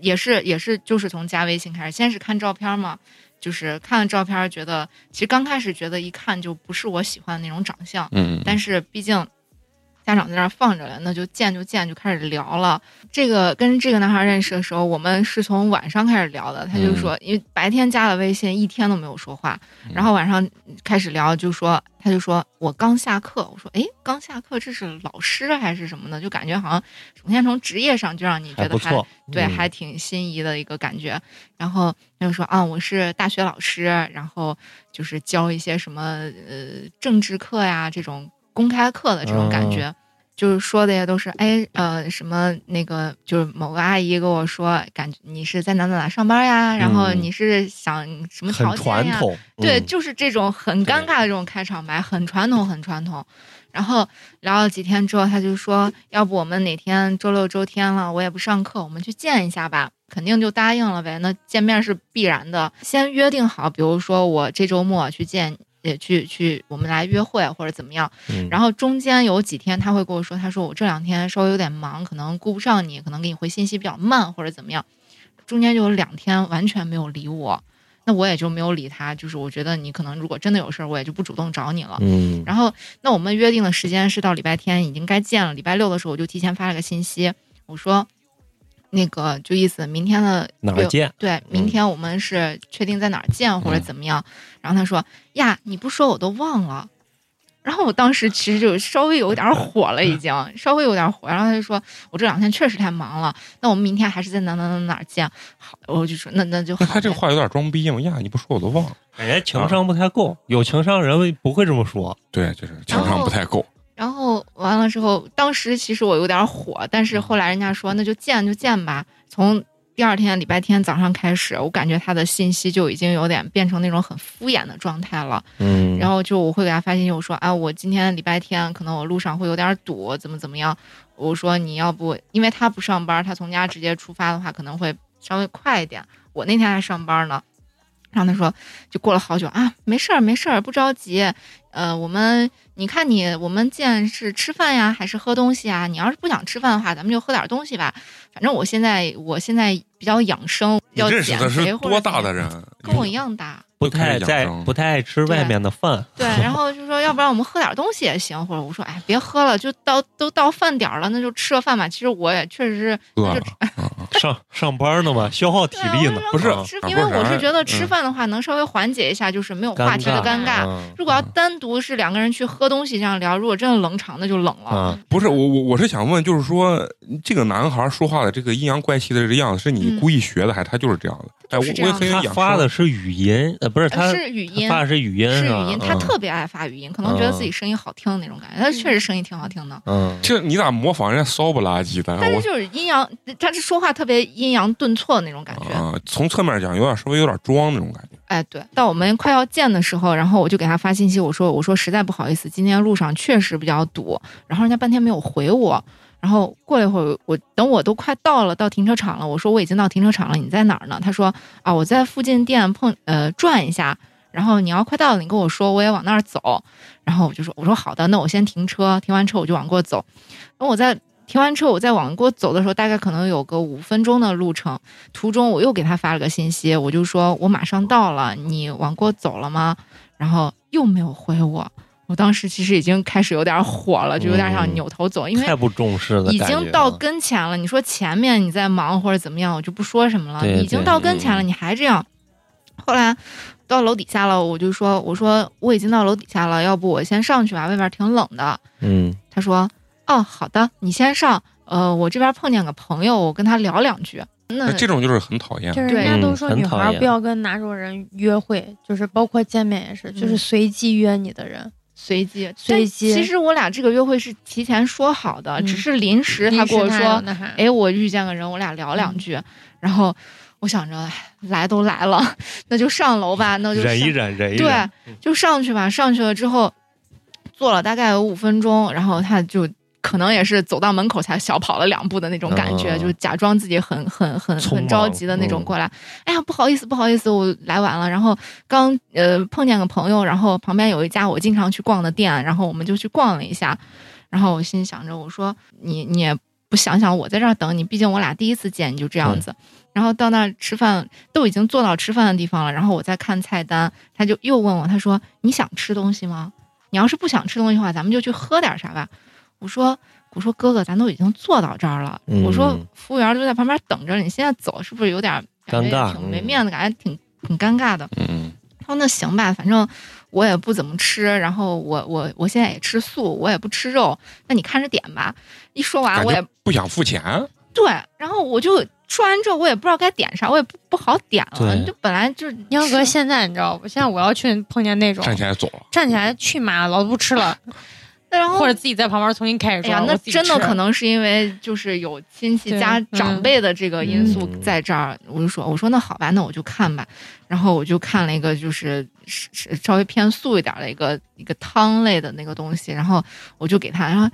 [SPEAKER 2] 也是也是就是从加微信开始，先是看照片嘛，就是看了照片儿觉得，其实刚开始觉得一看就不是我喜欢的那种长相，
[SPEAKER 1] 嗯，
[SPEAKER 2] 但是毕竟家长在那儿放着了，那就见就见，就开始聊了。这个跟这个男孩认识的时候，我们是从晚上开始聊的。他就说，因为白天加的微信，一天都没有说话，
[SPEAKER 1] 嗯
[SPEAKER 2] 然后晚上开始聊，就说他就说我刚下课，我说诶，刚下课，这是老师啊还是什么呢？就感觉好像首先从职业上就让你觉
[SPEAKER 4] 还
[SPEAKER 2] 得
[SPEAKER 4] 不
[SPEAKER 2] 还
[SPEAKER 4] 错，
[SPEAKER 2] 对，
[SPEAKER 4] 嗯
[SPEAKER 2] 还挺心仪的一个感觉。然后他就说啊，我是大学老师，然后就是教一些什么呃政治课呀这种公开课的这种
[SPEAKER 4] 哦
[SPEAKER 2] 感觉，就是说的也都是哎呃什么那个就是某个阿姨跟我说，感觉你是在哪哪哪上班呀，然后
[SPEAKER 4] 嗯
[SPEAKER 2] 你是想什么条
[SPEAKER 4] 很
[SPEAKER 2] 件
[SPEAKER 4] 传
[SPEAKER 2] 呀，
[SPEAKER 4] 统，
[SPEAKER 2] 对，
[SPEAKER 4] 嗯
[SPEAKER 2] 就是这种很尴尬的这种开场白，很传统，很传统。然后聊了几天之后，他就说，要不我们哪天周六周天了，我也不上课，我们去见一下吧。肯定就答应了呗，那见面是必然的，先约定好，比如说我这周末去见，也去去我们来约会或者怎么样。
[SPEAKER 4] 嗯
[SPEAKER 2] 然后中间有几天他会跟我说，他说我这两天稍微有点忙，可能顾不上你，可能给你回信息比较慢或者怎么样。中间就有两天完全没有理我，那我也就没有理他，就是我觉得你可能如果真的有事儿，我也就不主动找你了。
[SPEAKER 4] 嗯，
[SPEAKER 2] 然后，那我们约定的时间是到礼拜天已经该见了，礼拜六的时候我就提前发了个信息，我说。那个就意思，明天的
[SPEAKER 4] 哪
[SPEAKER 2] 约
[SPEAKER 4] 儿见？
[SPEAKER 2] 对，
[SPEAKER 1] 嗯
[SPEAKER 2] 明天我们是确定在哪儿见或者怎么样。然后他说：“呀，你不说我都忘了。”然后我当时其实就稍微有点火了，已经稍微有点火。然后他就说：“我这两天确实太忙了，那我们明天还是在哪哪哪哪儿见。”好，我就说：“那那就好
[SPEAKER 1] 那
[SPEAKER 2] 呗。”
[SPEAKER 1] 他这个话有点装逼嘛？呀，你不说我都忘了。
[SPEAKER 4] 感觉情商不太够，有情商人不会这么说。
[SPEAKER 1] 对，就是情商不太够。
[SPEAKER 2] 然后完了之后，当时其实我有点火，但
[SPEAKER 1] 嗯
[SPEAKER 2] 是后来人家说那就见就见吧。从第二天礼拜天早上开始，我感觉他的信息就已经有点变成那种很敷衍的状态了。
[SPEAKER 4] 嗯
[SPEAKER 2] 然后就我会给他发信息，我说啊，我今天礼拜天可能我路上会有点堵，怎么怎么样？我说你要不，因为他不上班，他从家直接出发的话，可能会稍微快一点。我那天还上班呢，然后他说就过了好久啊，没事儿没事儿，不着急。呃，我们你看你我们见是吃饭呀，还是喝东西啊？你要是不想吃饭的话，咱们就喝点东西吧。反正我现在我现在比较养生，
[SPEAKER 1] 你
[SPEAKER 2] 要
[SPEAKER 1] 认识
[SPEAKER 2] 减
[SPEAKER 1] 的
[SPEAKER 2] 肥
[SPEAKER 1] 是
[SPEAKER 2] 或者
[SPEAKER 1] 多
[SPEAKER 2] 怎
[SPEAKER 1] 大
[SPEAKER 2] 么
[SPEAKER 1] 的
[SPEAKER 2] 样？
[SPEAKER 1] 人？
[SPEAKER 2] 跟我一样大。
[SPEAKER 4] 不太
[SPEAKER 1] 就开始
[SPEAKER 4] 在
[SPEAKER 1] 养生
[SPEAKER 4] 不太爱吃外面的饭，
[SPEAKER 2] 对，然后就说要不然我们喝点东西也行，或者我说哎别喝了，就到都到饭点儿了，那就吃了饭吧。其实我也确实是
[SPEAKER 1] 饿了
[SPEAKER 2] 就。
[SPEAKER 4] 上上班呢嘛，消耗体力呢
[SPEAKER 2] 对啊，
[SPEAKER 1] 不是
[SPEAKER 4] 啊
[SPEAKER 2] 吃
[SPEAKER 1] 啊，
[SPEAKER 2] 因为
[SPEAKER 1] 不是
[SPEAKER 2] 我是
[SPEAKER 1] 啥
[SPEAKER 2] 觉得吃
[SPEAKER 1] 嗯
[SPEAKER 2] 饭的话能稍微缓解一下，就是没有话题的尴尬。
[SPEAKER 4] 嗯
[SPEAKER 2] 如果要单独是两个人去喝东西这样聊，如果真的冷场，那就冷了。
[SPEAKER 4] 啊，
[SPEAKER 1] 不是我我我是想问，就是说这个男孩说话的这个阴阳怪气的这个样子，是你
[SPEAKER 2] 嗯
[SPEAKER 1] 故意学的，还是他就是这样的？哎，
[SPEAKER 2] 就
[SPEAKER 1] 我
[SPEAKER 2] 是这
[SPEAKER 1] 我也
[SPEAKER 2] 样
[SPEAKER 1] 很
[SPEAKER 4] 他
[SPEAKER 1] 养生
[SPEAKER 4] 发的是语音，呃，不是
[SPEAKER 2] 啊呃
[SPEAKER 4] 他
[SPEAKER 2] 是语音
[SPEAKER 4] 他，发的是语音
[SPEAKER 2] 是
[SPEAKER 4] 吧
[SPEAKER 2] 语音，他
[SPEAKER 4] 嗯
[SPEAKER 2] 特别爱发语音，可能觉得自己声音好听的那种感觉。他确实声音挺好听的，
[SPEAKER 4] 嗯
[SPEAKER 1] 这你咋模仿人家骚不拉几的？
[SPEAKER 2] 但
[SPEAKER 1] 我
[SPEAKER 2] 是就是阴阳，他这说话特别阴阳顿挫的那种感觉。
[SPEAKER 1] 啊，从侧面讲，有点稍微有点装那种感觉。
[SPEAKER 2] 哎，对，到我们快要见的时候，然后我就给他发信息，我说我说实在不好意思，今天路上确实比较堵，然后人家半天没有回我。然后过了一会儿，我等我都快到了，到停车场了，我说我已经到停车场了，你在哪儿呢？他说啊，我在附近店碰呃转一下，然后你要快到了，你跟我说，我也往那儿走。然后我就说我说好的，那我先停车，停完车我就往过走。等我在停完车，我再往过走的时候，大概可能有个五分钟的路程，途中我又给他发了个信息，我就说我马上到了，你往过走了吗？然后又没有回我。我当时其实已经开始有点火了，就有点想
[SPEAKER 4] 嗯
[SPEAKER 2] 扭头走，因为
[SPEAKER 4] 太不重视了，
[SPEAKER 2] 已
[SPEAKER 4] 感觉
[SPEAKER 2] 经
[SPEAKER 4] 啊
[SPEAKER 2] 到跟前了。你说前面你在忙或者怎么样，我就不说什么了。
[SPEAKER 4] 对
[SPEAKER 2] 你已经到跟前了，你还这样。后来到楼底下了，我就说：“我说我已经到楼底下了，要不我先上去吧，外边挺冷的。
[SPEAKER 4] 嗯，”
[SPEAKER 2] 他说：“哦，好的，你先上。呃，我这边碰见个朋友，我跟他聊两句。那
[SPEAKER 1] 那这种就是很讨厌
[SPEAKER 3] 就是
[SPEAKER 2] 对
[SPEAKER 3] 人家都
[SPEAKER 4] 嗯
[SPEAKER 3] 说
[SPEAKER 4] 很
[SPEAKER 3] 女
[SPEAKER 4] 讨
[SPEAKER 3] 孩
[SPEAKER 4] 厌
[SPEAKER 3] 不要跟哪种人约会，就是包括见面也是，就是
[SPEAKER 2] 嗯
[SPEAKER 3] 随机约你的人。
[SPEAKER 2] 随机，
[SPEAKER 3] 随机
[SPEAKER 2] 但其实我俩这个约会是提前说好的，
[SPEAKER 3] 嗯
[SPEAKER 2] 只是临时他
[SPEAKER 3] 临
[SPEAKER 2] 跟我
[SPEAKER 3] 时
[SPEAKER 2] 说，
[SPEAKER 3] 他有那啥，
[SPEAKER 2] 哎，我遇见个人，我俩聊两句，然后我想着，哎，来都来了， 那就上楼吧，那就
[SPEAKER 4] 忍
[SPEAKER 2] 上
[SPEAKER 4] 一忍，忍一嗯忍，
[SPEAKER 2] 对，就上去吧。上去了之后，坐了大概有五分钟，然后他就可能也是走到门口才小跑了两步的那种感觉，
[SPEAKER 4] 啊
[SPEAKER 2] 就假装自己很很很
[SPEAKER 4] 匆忙
[SPEAKER 2] 很着急的那种过来。哎呀，不好意思，不好意思，我来晚了。然后刚呃碰见个朋友，然后旁边有一家我经常去逛的店，然后我们就去逛了一下。然后我心想着，我说你你也不想想我在这儿等你，毕竟我俩第一次见，你就这样子。然后到那儿吃饭，都已经坐到吃饭的地方了，然后我再看菜单，他就又问我，他说你想吃东西吗？你要是不想吃东西的话，咱们就去喝点啥吧。我说我说哥哥，咱都已经坐到这儿了，
[SPEAKER 4] 嗯
[SPEAKER 2] 我说服务员都在旁边等着，你现在走是不是有点感觉
[SPEAKER 4] 尴尬嗯
[SPEAKER 2] 挺没面子，感觉挺挺尴尬的。
[SPEAKER 1] 嗯，
[SPEAKER 2] 他说那行吧，反正我也不怎么吃，然后我我我现在也吃素，我也不吃肉，那你看着点吧。一说完
[SPEAKER 1] 感
[SPEAKER 2] 我也
[SPEAKER 1] 觉不想付钱。
[SPEAKER 2] 对，然后我就说完之后我也不知道该点啥，我也不不好点了，
[SPEAKER 4] 对
[SPEAKER 2] 就本来就是
[SPEAKER 3] 你要搁现在，你知道不？现在我要去碰见那种
[SPEAKER 1] 站起来走了，
[SPEAKER 3] 站起来去妈，老子不吃了，
[SPEAKER 2] 那然后
[SPEAKER 3] 或者自己在旁边重新开始
[SPEAKER 2] 哎
[SPEAKER 3] 装。
[SPEAKER 2] 呀，那
[SPEAKER 3] 我自己
[SPEAKER 2] 真的
[SPEAKER 3] 吃
[SPEAKER 2] 可能是因为就是有亲戚
[SPEAKER 3] 对
[SPEAKER 2] 家
[SPEAKER 3] 嗯
[SPEAKER 2] 长辈的这个因素
[SPEAKER 4] 嗯
[SPEAKER 2] 在这儿，我就说我说那好吧，那我就看吧，然后我就看了一个就是是是稍微偏素一点的一个一个汤类的那个东西，然后我就给他，然后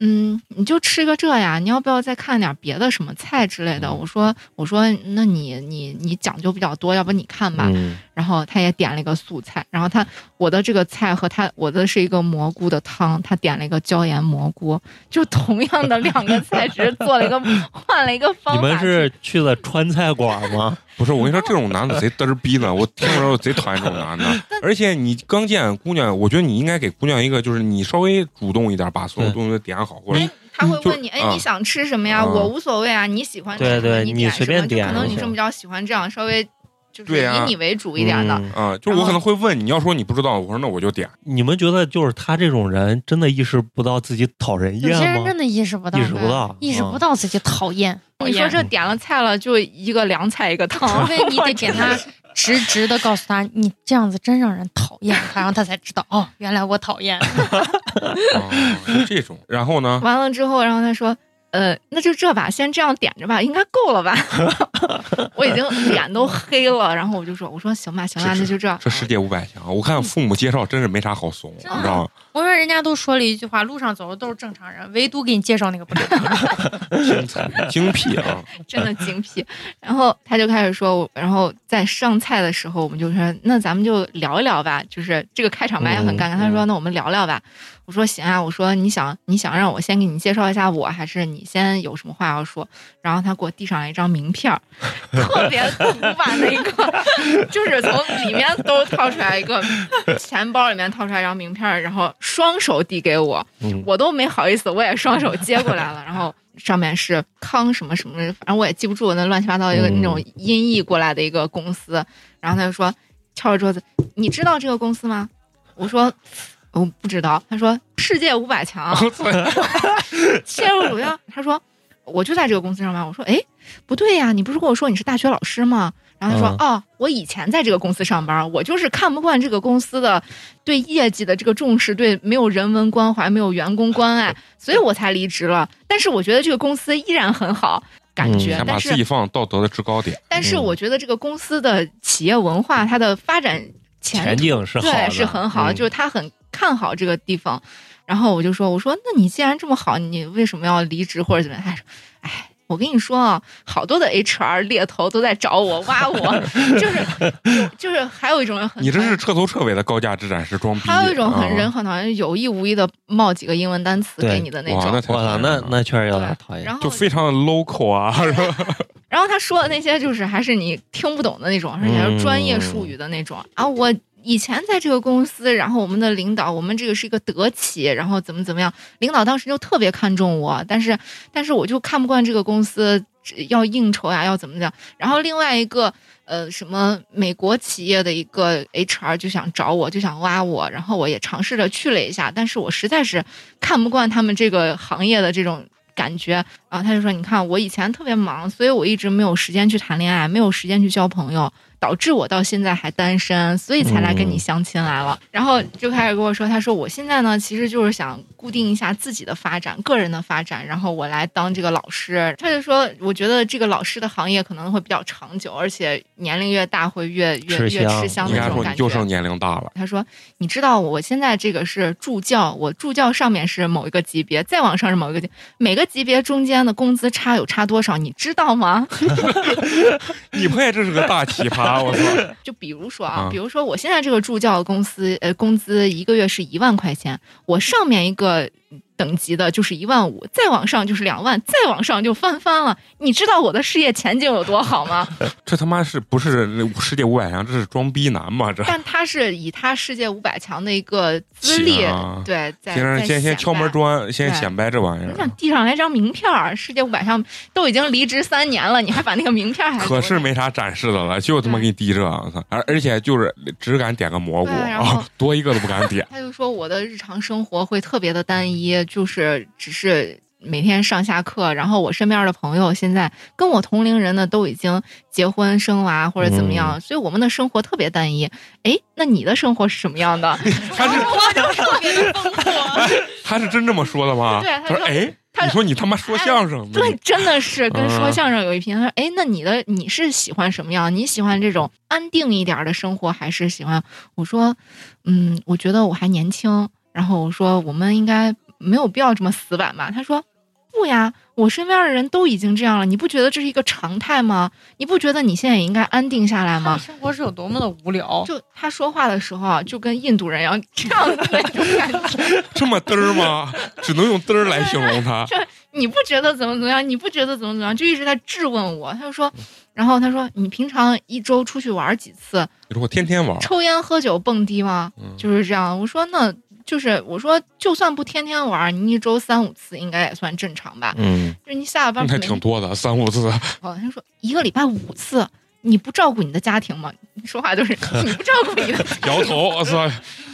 [SPEAKER 2] 嗯，你就吃个这呀，你要不要再看点别的什么菜之类的？
[SPEAKER 4] 嗯
[SPEAKER 2] 我说我说那你你你讲究比较多，要不你看吧，
[SPEAKER 4] 嗯，
[SPEAKER 2] 然后他也点了一个素菜，然后他我的这个菜和他我的是一个蘑菇的汤，他点了一个椒盐蘑菇，就同样的两个菜，只是做了一个 换了一个方法。
[SPEAKER 4] 你们是去了川菜馆 吗？
[SPEAKER 1] 不是我跟你说，这种男的贼嘚儿逼呢，我听着我贼讨厌这种 男的。而且你刚见姑娘，我觉得你应该给姑娘一个，就是你稍微主动一点，把所有
[SPEAKER 4] 对
[SPEAKER 1] 东西都点好，或者
[SPEAKER 2] 他会问你，
[SPEAKER 1] 就
[SPEAKER 2] 哎，
[SPEAKER 1] 啊
[SPEAKER 2] 你想吃什么呀？
[SPEAKER 1] 啊
[SPEAKER 2] 我无所谓啊，你喜欢吃什
[SPEAKER 4] 嗯对
[SPEAKER 2] 么
[SPEAKER 4] 对
[SPEAKER 2] 你
[SPEAKER 4] 你
[SPEAKER 2] 点
[SPEAKER 4] 随便
[SPEAKER 2] 什么就
[SPEAKER 4] 点
[SPEAKER 2] 可能女生
[SPEAKER 4] 就行
[SPEAKER 2] 比较喜欢这样，稍微就是
[SPEAKER 1] 对啊
[SPEAKER 2] 以你为主一点的。
[SPEAKER 4] 嗯
[SPEAKER 1] 啊、就是我可能会问你，要说你不知道，我说那我就点。
[SPEAKER 4] 你们觉得就是他这种人真的意识不到自己讨人
[SPEAKER 3] 有些
[SPEAKER 4] 厌
[SPEAKER 3] 人
[SPEAKER 4] 吗
[SPEAKER 3] 真？的意识不到
[SPEAKER 4] 意
[SPEAKER 3] 呢，
[SPEAKER 4] 识不到，嗯哦
[SPEAKER 3] 意识不
[SPEAKER 4] 到。
[SPEAKER 3] 到自己讨厌。
[SPEAKER 2] 你说
[SPEAKER 3] 讨厌
[SPEAKER 2] 这点了菜了，就一个凉菜一个
[SPEAKER 3] 除
[SPEAKER 2] 汤，
[SPEAKER 3] 非你得给 他直直的告诉他，你这样子真让人讨厌，他让他才知道哦，原来我讨厌。
[SPEAKER 1] 啊，是这种，然后呢？
[SPEAKER 2] 完了之后，然后他说：“呃，那就这吧，先这样点着 吧，应该够了吧？”我已经脸都黑 了，然后我就说：“我说行吧，行吧，
[SPEAKER 1] 是
[SPEAKER 2] 那就这。
[SPEAKER 1] 这世界五百强，我看父母介绍真是没啥好怂，你知
[SPEAKER 3] 真的
[SPEAKER 1] 道吗？
[SPEAKER 3] 我说人家都说了一句话，路上走的都是正常人，唯独给你介绍那个不正常人。
[SPEAKER 1] 精彩精辟啊！
[SPEAKER 2] 真的精辟。”然后他就开始说，我然后在上菜的时候，我们就说：“那咱们就聊一聊吧。”就是这个开场白也很尴尬。
[SPEAKER 1] 哦
[SPEAKER 4] 嗯
[SPEAKER 2] 他说：“那我们聊聊吧。”我说：“行啊。”我说：“你想你想让我先给你介绍一下我，还是你先有什么话要说？”然后他给我递上来一张名 片儿，特别古板的一个，就是从里面都掏出来一个钱包里面掏出来一张名片儿，然后双手递给我，
[SPEAKER 4] 嗯
[SPEAKER 2] 我都没好意思，我也双手接过来了，然后。上面是康什么什么，反正我也记不住那乱七八糟一个那
[SPEAKER 4] 嗯
[SPEAKER 2] 种音译过来的一个公司，然后他就说敲着桌子，你知道这个公司吗？我说我嗯不知道。他说世界五百强，切入主要。他说我就在这个公司上班。我说哎，不对呀，你不是跟我说你是大学老师吗？然后他说、哦，我以前在这个公司上班，我就是看不惯这个公司的对业绩的这个重视，对没有人文关怀、没有员工关爱，所以我才离职了。但是我觉得这个公司依然很好。感觉，
[SPEAKER 1] 想把
[SPEAKER 2] 但
[SPEAKER 1] 自己
[SPEAKER 2] 是
[SPEAKER 1] 放到道德的制高点。
[SPEAKER 2] 但是我觉得这个公司的企业文化它的发展前
[SPEAKER 4] 前景是好的，
[SPEAKER 2] 对，是很好的，
[SPEAKER 4] 嗯
[SPEAKER 2] 就是他很看好这个地方。然后我就说，我说那你既然这么好，你为什么要离职或者怎么样？他说，哎。我跟你说啊，好多的 HR 猎头都在找我 挖我，就是就就是还有一种人很，哎
[SPEAKER 1] 你这是彻头彻尾的高价值展示装逼，
[SPEAKER 2] 还有一种很
[SPEAKER 1] 啊
[SPEAKER 2] 人很讨厌，有意无意的冒几个英文单词
[SPEAKER 4] 对
[SPEAKER 2] 给你的那
[SPEAKER 1] 哇，那
[SPEAKER 2] 种。
[SPEAKER 1] 太
[SPEAKER 4] 我
[SPEAKER 1] 讨
[SPEAKER 4] 操，
[SPEAKER 1] 厌
[SPEAKER 4] 那
[SPEAKER 1] 了
[SPEAKER 4] 那确实有点讨厌
[SPEAKER 2] 然。后
[SPEAKER 1] 就非常的 local 啊，是吧？
[SPEAKER 2] 然后他说的那些就是还是你听不懂的那种，而且还是专业术语的那种、啊。我以前在这个公司，然后我们的领导，我们这个是一个德企，然后怎么怎么样，领导当时就特别看重我，但是但是我就看不惯这个公司只要应酬呀、要怎么怎么样。然后另外一个呃什么美国企业的一个 HR 就想找我，就想挖我，然后我也尝试着去了一下，但是我实在是看不惯他们这个行业的这种感觉啊。他就说：“你看，我以前特别忙，所以我一直没有时间去谈恋爱，没有时间去交朋友，导致我到现在还单身，所以才来跟你相亲来了。然后就开始跟我说：“他说我现在呢，其实就是想固定一下自己的发展，个人的发展，然后我来当这个老师。”他就说：“我觉得这个老师的行业可能会比较长久，而且年龄越大会越越
[SPEAKER 4] 吃
[SPEAKER 2] 越
[SPEAKER 4] 香
[SPEAKER 2] 吃香
[SPEAKER 1] 应
[SPEAKER 2] 的
[SPEAKER 1] 该
[SPEAKER 2] 这种
[SPEAKER 1] 说
[SPEAKER 2] 感
[SPEAKER 1] 你
[SPEAKER 2] 觉。
[SPEAKER 1] 就”剩年龄大了。
[SPEAKER 2] 他说：“你知道我现在这个是助教，我助教上面是某一个级别，再往上是某一个级，每个级别中间的工资差有差多少，你知道吗？
[SPEAKER 1] 你配这是个大奇葩，我操！
[SPEAKER 2] 就比如说啊
[SPEAKER 1] 啊，
[SPEAKER 2] 比如说我现在这个助教的公司，呃，工资一个月是一万块钱，我上面一个等级的就是一万五，再往上就是两万，再往上就翻番了。你知道我的事业前景有多好吗？
[SPEAKER 1] 这他妈是不是世界五百强？这是装逼男吗？这
[SPEAKER 2] 但他是以他世界五百强的一个资历，
[SPEAKER 1] 行啊
[SPEAKER 2] 对，在
[SPEAKER 1] 先让人
[SPEAKER 2] 在
[SPEAKER 1] 先先
[SPEAKER 2] 显
[SPEAKER 1] 敲
[SPEAKER 2] 摆
[SPEAKER 1] 门砖，先
[SPEAKER 2] 对
[SPEAKER 1] 显摆这玩意
[SPEAKER 2] 你想
[SPEAKER 1] 儿。啊
[SPEAKER 2] 递上来张名片儿，世界五百上都已经离职三年了，你还把那个名片儿还
[SPEAKER 1] 可是
[SPEAKER 2] 留着
[SPEAKER 1] 没啥展示的了，就他妈给你递这，啊我操！而而且就是只敢点个蘑菇
[SPEAKER 2] 对然后。
[SPEAKER 1] 啊，多一个都不敢点
[SPEAKER 2] 他就说我的日常生活会特别的单一，就是只是每天上下课，然后我身边的朋友现在跟我同龄人呢都已经结婚生娃或者怎么
[SPEAKER 1] 嗯
[SPEAKER 2] 样，所以我们的生活特别单一。哎，那你的生活是什么样的？
[SPEAKER 1] 他是
[SPEAKER 2] 我就特别的丰富。
[SPEAKER 1] 他是真这么说的吗？
[SPEAKER 2] 对他
[SPEAKER 1] 他说
[SPEAKER 2] 说
[SPEAKER 1] 哎，
[SPEAKER 2] 他
[SPEAKER 1] 你说你他妈说相声呢？
[SPEAKER 2] 对，真的是跟说
[SPEAKER 1] 嗯
[SPEAKER 2] 相声有一拼。他说：“哎，那你的你是喜欢什么样？你喜欢这种安定一点儿的生活，还是喜欢？”我说：“嗯，我觉得我还年轻。”然后我说：“我们应该没有必要这么死板吧？”他说：“不呀，我身边的人都已经这样了，你不觉得这是一个常态吗？你不觉得你现在也应该安定下来 吗？”
[SPEAKER 6] 生活是有多么的无聊？
[SPEAKER 2] 就他说话的时候啊，就跟印度人一样，这样的那种感觉。
[SPEAKER 1] 这么嘚儿吗？只能用嘚儿来形容他。
[SPEAKER 2] 你不觉得怎么怎么样？你不觉得怎么怎么样？就一直在质问我。他就说，
[SPEAKER 1] 嗯
[SPEAKER 2] 然后他说，你平常一周出去玩几次？
[SPEAKER 1] 你说我天天玩，
[SPEAKER 2] 抽烟、喝酒、蹦迪吗？
[SPEAKER 1] 嗯
[SPEAKER 2] 就是这样。我说，那就是我说，就算不天天玩，你一周三五次应该也算正常吧？
[SPEAKER 4] 嗯，
[SPEAKER 2] 就是你下了班
[SPEAKER 1] 那还
[SPEAKER 2] 每
[SPEAKER 1] 挺多的，三五次。
[SPEAKER 2] 哦，他说一个礼拜五次。你不照顾你的家庭吗？你说话就是你不照顾你的，
[SPEAKER 1] 摇头，我操！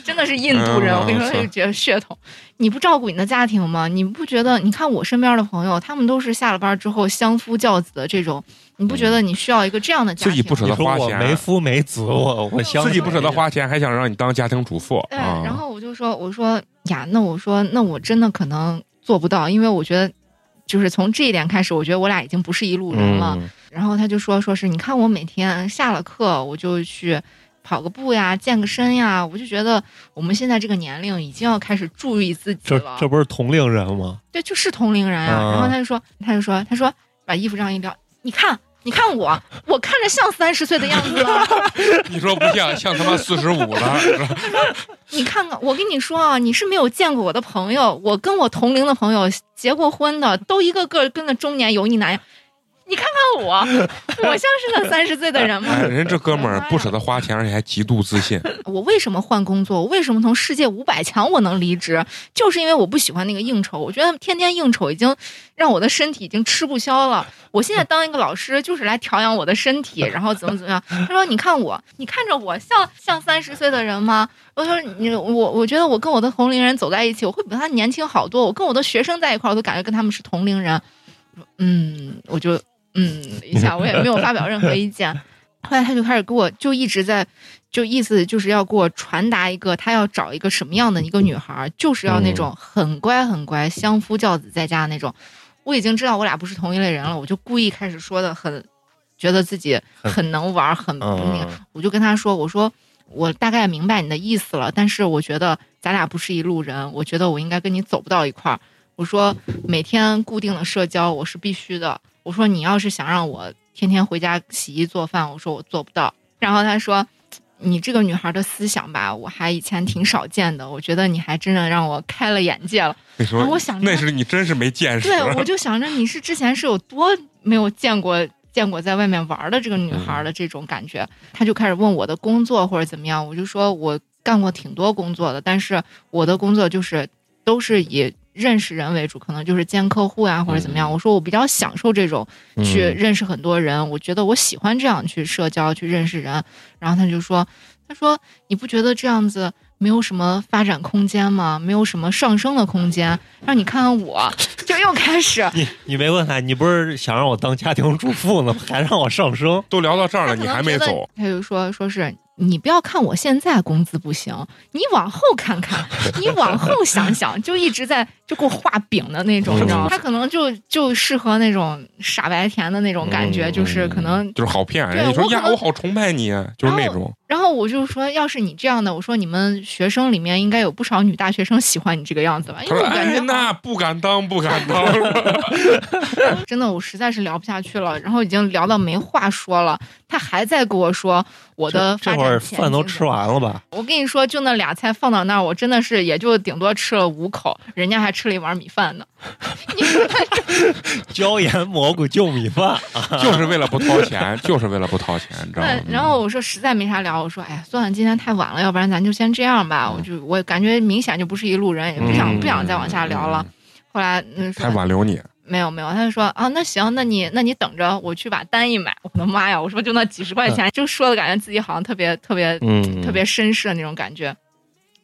[SPEAKER 2] 真的是印度人，
[SPEAKER 1] 嗯
[SPEAKER 2] 我跟你说，
[SPEAKER 1] 是
[SPEAKER 2] 他就觉得血统。你不照顾你的家庭吗？你不觉得？你看我身边的朋友，他们都是下了班之后相夫教子的这种，你不觉得你需要一个这样的家
[SPEAKER 1] 嗯
[SPEAKER 2] 庭
[SPEAKER 1] 自
[SPEAKER 2] 吗？
[SPEAKER 1] 己不舍
[SPEAKER 4] 你
[SPEAKER 1] 得
[SPEAKER 4] 说
[SPEAKER 1] 花
[SPEAKER 4] 我
[SPEAKER 1] 钱，
[SPEAKER 4] 没夫没子，我 我相
[SPEAKER 1] 自己
[SPEAKER 4] 信
[SPEAKER 1] 不舍得花钱，还想让你当家庭主妇
[SPEAKER 2] 对，
[SPEAKER 1] 啊？
[SPEAKER 2] 然后我就说，我说呀，那我说，那我真的可能做不到，因为我觉得，就是从这一点开始，我觉得我俩已经不是一路人了。
[SPEAKER 4] 嗯
[SPEAKER 2] 然后他就说，说是你看我每天下了课，我就去跑个步呀，健个身呀，我就觉得我们现在这个年龄已经要开始注意自己
[SPEAKER 4] 这
[SPEAKER 2] 了。
[SPEAKER 4] 这不是同龄人吗？
[SPEAKER 2] 对，就是同龄人啊。
[SPEAKER 4] 啊
[SPEAKER 2] 然后他就说，他就说，他说把衣服这样一撩，你看，你看我，我看着像三十岁的样子啊吗？
[SPEAKER 1] 你说不像，像他妈四十五了，是吧
[SPEAKER 2] 你看看，我跟你说啊，你是没有见过我的朋友，我跟我同龄的朋友结过婚的，都一个个跟那中年油腻男一样。你看看我，我像是那三十岁的人吗
[SPEAKER 1] 哎，？人家这哥们儿不舍得花钱，而且还极度自信。
[SPEAKER 2] 我为什么换工作？我为什么从世界五百强我能离职？就是因为我不喜欢那个应酬，我觉得天天应酬已经让我的身体已经吃不消了。我现在当一个老师就是来调养我的身体，然后怎么怎么样？他说：“你看我，你看着我像像三十岁的人吗？”我说：“你我我觉得我跟我的同龄人走在一起，我会比他年轻好多。我跟我的学生在一块儿，我都感觉跟他们是同龄人。”我说嗯，我就嗯一下，我也没有发表任何意见。后来他就开始给我，就一直在，就意思就是要给我传达一个，他要找一个什么样的一个女孩儿，就是要那种很乖很乖、相夫教子在家那种。我已经知道我俩不是同一类人了，我就故意开始说的很，觉得自己很能玩，
[SPEAKER 4] 嗯
[SPEAKER 2] 很不那个，我就跟他说，我说我大概明白你的意思了，但是我觉得咱俩不是一路人，我觉得我应该跟你走不到一块儿。我说每天固定的社交我是必须的，我说你要是想让我天天回家洗衣做饭，我说我做不到。然后他说。你这个女孩的思想吧，我还以前挺少见的，我觉得你还真的让我开了眼界了。
[SPEAKER 1] 那时
[SPEAKER 2] 然后
[SPEAKER 1] 候
[SPEAKER 2] 啊我想着
[SPEAKER 1] 那是你真是没见识，啊
[SPEAKER 2] 对，我就想着你是之前是有多没有见过见过在外面玩的这个女孩的这种感觉，他就开始问我的工作或者怎么样，我就说我干过挺多工作的，但是我的工作就是都是以认识人为主，可能就是见客户啊或者怎么样。我说我比较享受这种去认识很多人，我觉得我喜欢这样去社交去认识人。然后他就说，他说你不觉得这样子？没有什么发展空间吗？没有什么上升的空间，让你看看我，就又开始。
[SPEAKER 4] 你你没问他，你不是想让我当家庭主妇呢，还让我上升？
[SPEAKER 1] 都聊到这儿
[SPEAKER 2] 他
[SPEAKER 1] 了，
[SPEAKER 2] 可
[SPEAKER 1] 你
[SPEAKER 2] 能
[SPEAKER 1] 还没
[SPEAKER 2] 觉得
[SPEAKER 1] 走，
[SPEAKER 2] 他就说说是你不要看我现在工资不行，你往后看 看，你往后想想，就一直在就给我画饼的那种，你知
[SPEAKER 4] 嗯
[SPEAKER 2] 道吗？他可能就就适合那种傻白甜的那种感
[SPEAKER 4] 嗯
[SPEAKER 2] 觉，就是可能。
[SPEAKER 1] 就是好骗。啊
[SPEAKER 2] 对
[SPEAKER 1] 人家说
[SPEAKER 2] 我可
[SPEAKER 1] 呀，
[SPEAKER 2] 能哦
[SPEAKER 1] 我好崇拜你，啊就是那种。
[SPEAKER 2] 然后我就说，要是你这样的，我说你们学生里面应该有不少女大学生喜欢你这个样子吧，因
[SPEAKER 1] 他
[SPEAKER 2] 为
[SPEAKER 1] 说
[SPEAKER 2] 我感
[SPEAKER 1] 哎
[SPEAKER 2] 觉，哦
[SPEAKER 1] 那不敢当，不 敢当。
[SPEAKER 2] 真的我实在是聊不下去了，然后已经聊到没话说了，他还在跟我说我的
[SPEAKER 4] 这
[SPEAKER 2] 发
[SPEAKER 4] 会
[SPEAKER 2] 展
[SPEAKER 4] 儿
[SPEAKER 2] 前
[SPEAKER 4] 饭都
[SPEAKER 2] 景
[SPEAKER 4] 吃完了吧？
[SPEAKER 2] 我跟你说，就那俩菜放到那儿，我真的是也就顶多吃了五口，人家还吃了一碗米饭 呢。你说他
[SPEAKER 4] 椒盐蘑菇就米饭，
[SPEAKER 1] 就是为了不掏钱，就是为了不掏钱，你知道
[SPEAKER 2] 那
[SPEAKER 1] 吗？，嗯
[SPEAKER 2] 然后我说实在没啥聊，我说哎呀，算了，今天太晚了，要不然咱就先这样吧。我就我感觉明显就不是一路人，也不想
[SPEAKER 1] 嗯
[SPEAKER 2] 不想再往下聊了。后来嗯，
[SPEAKER 1] 太
[SPEAKER 2] 说
[SPEAKER 1] 挽留你，
[SPEAKER 2] 没有没有，他就说啊，那行，那你那你等着，我去把单一买。我的妈呀，我说就那几十块
[SPEAKER 1] 嗯
[SPEAKER 2] 钱，就说的感觉自己好像特别特别
[SPEAKER 4] 嗯
[SPEAKER 2] 特别绅士的那种感觉。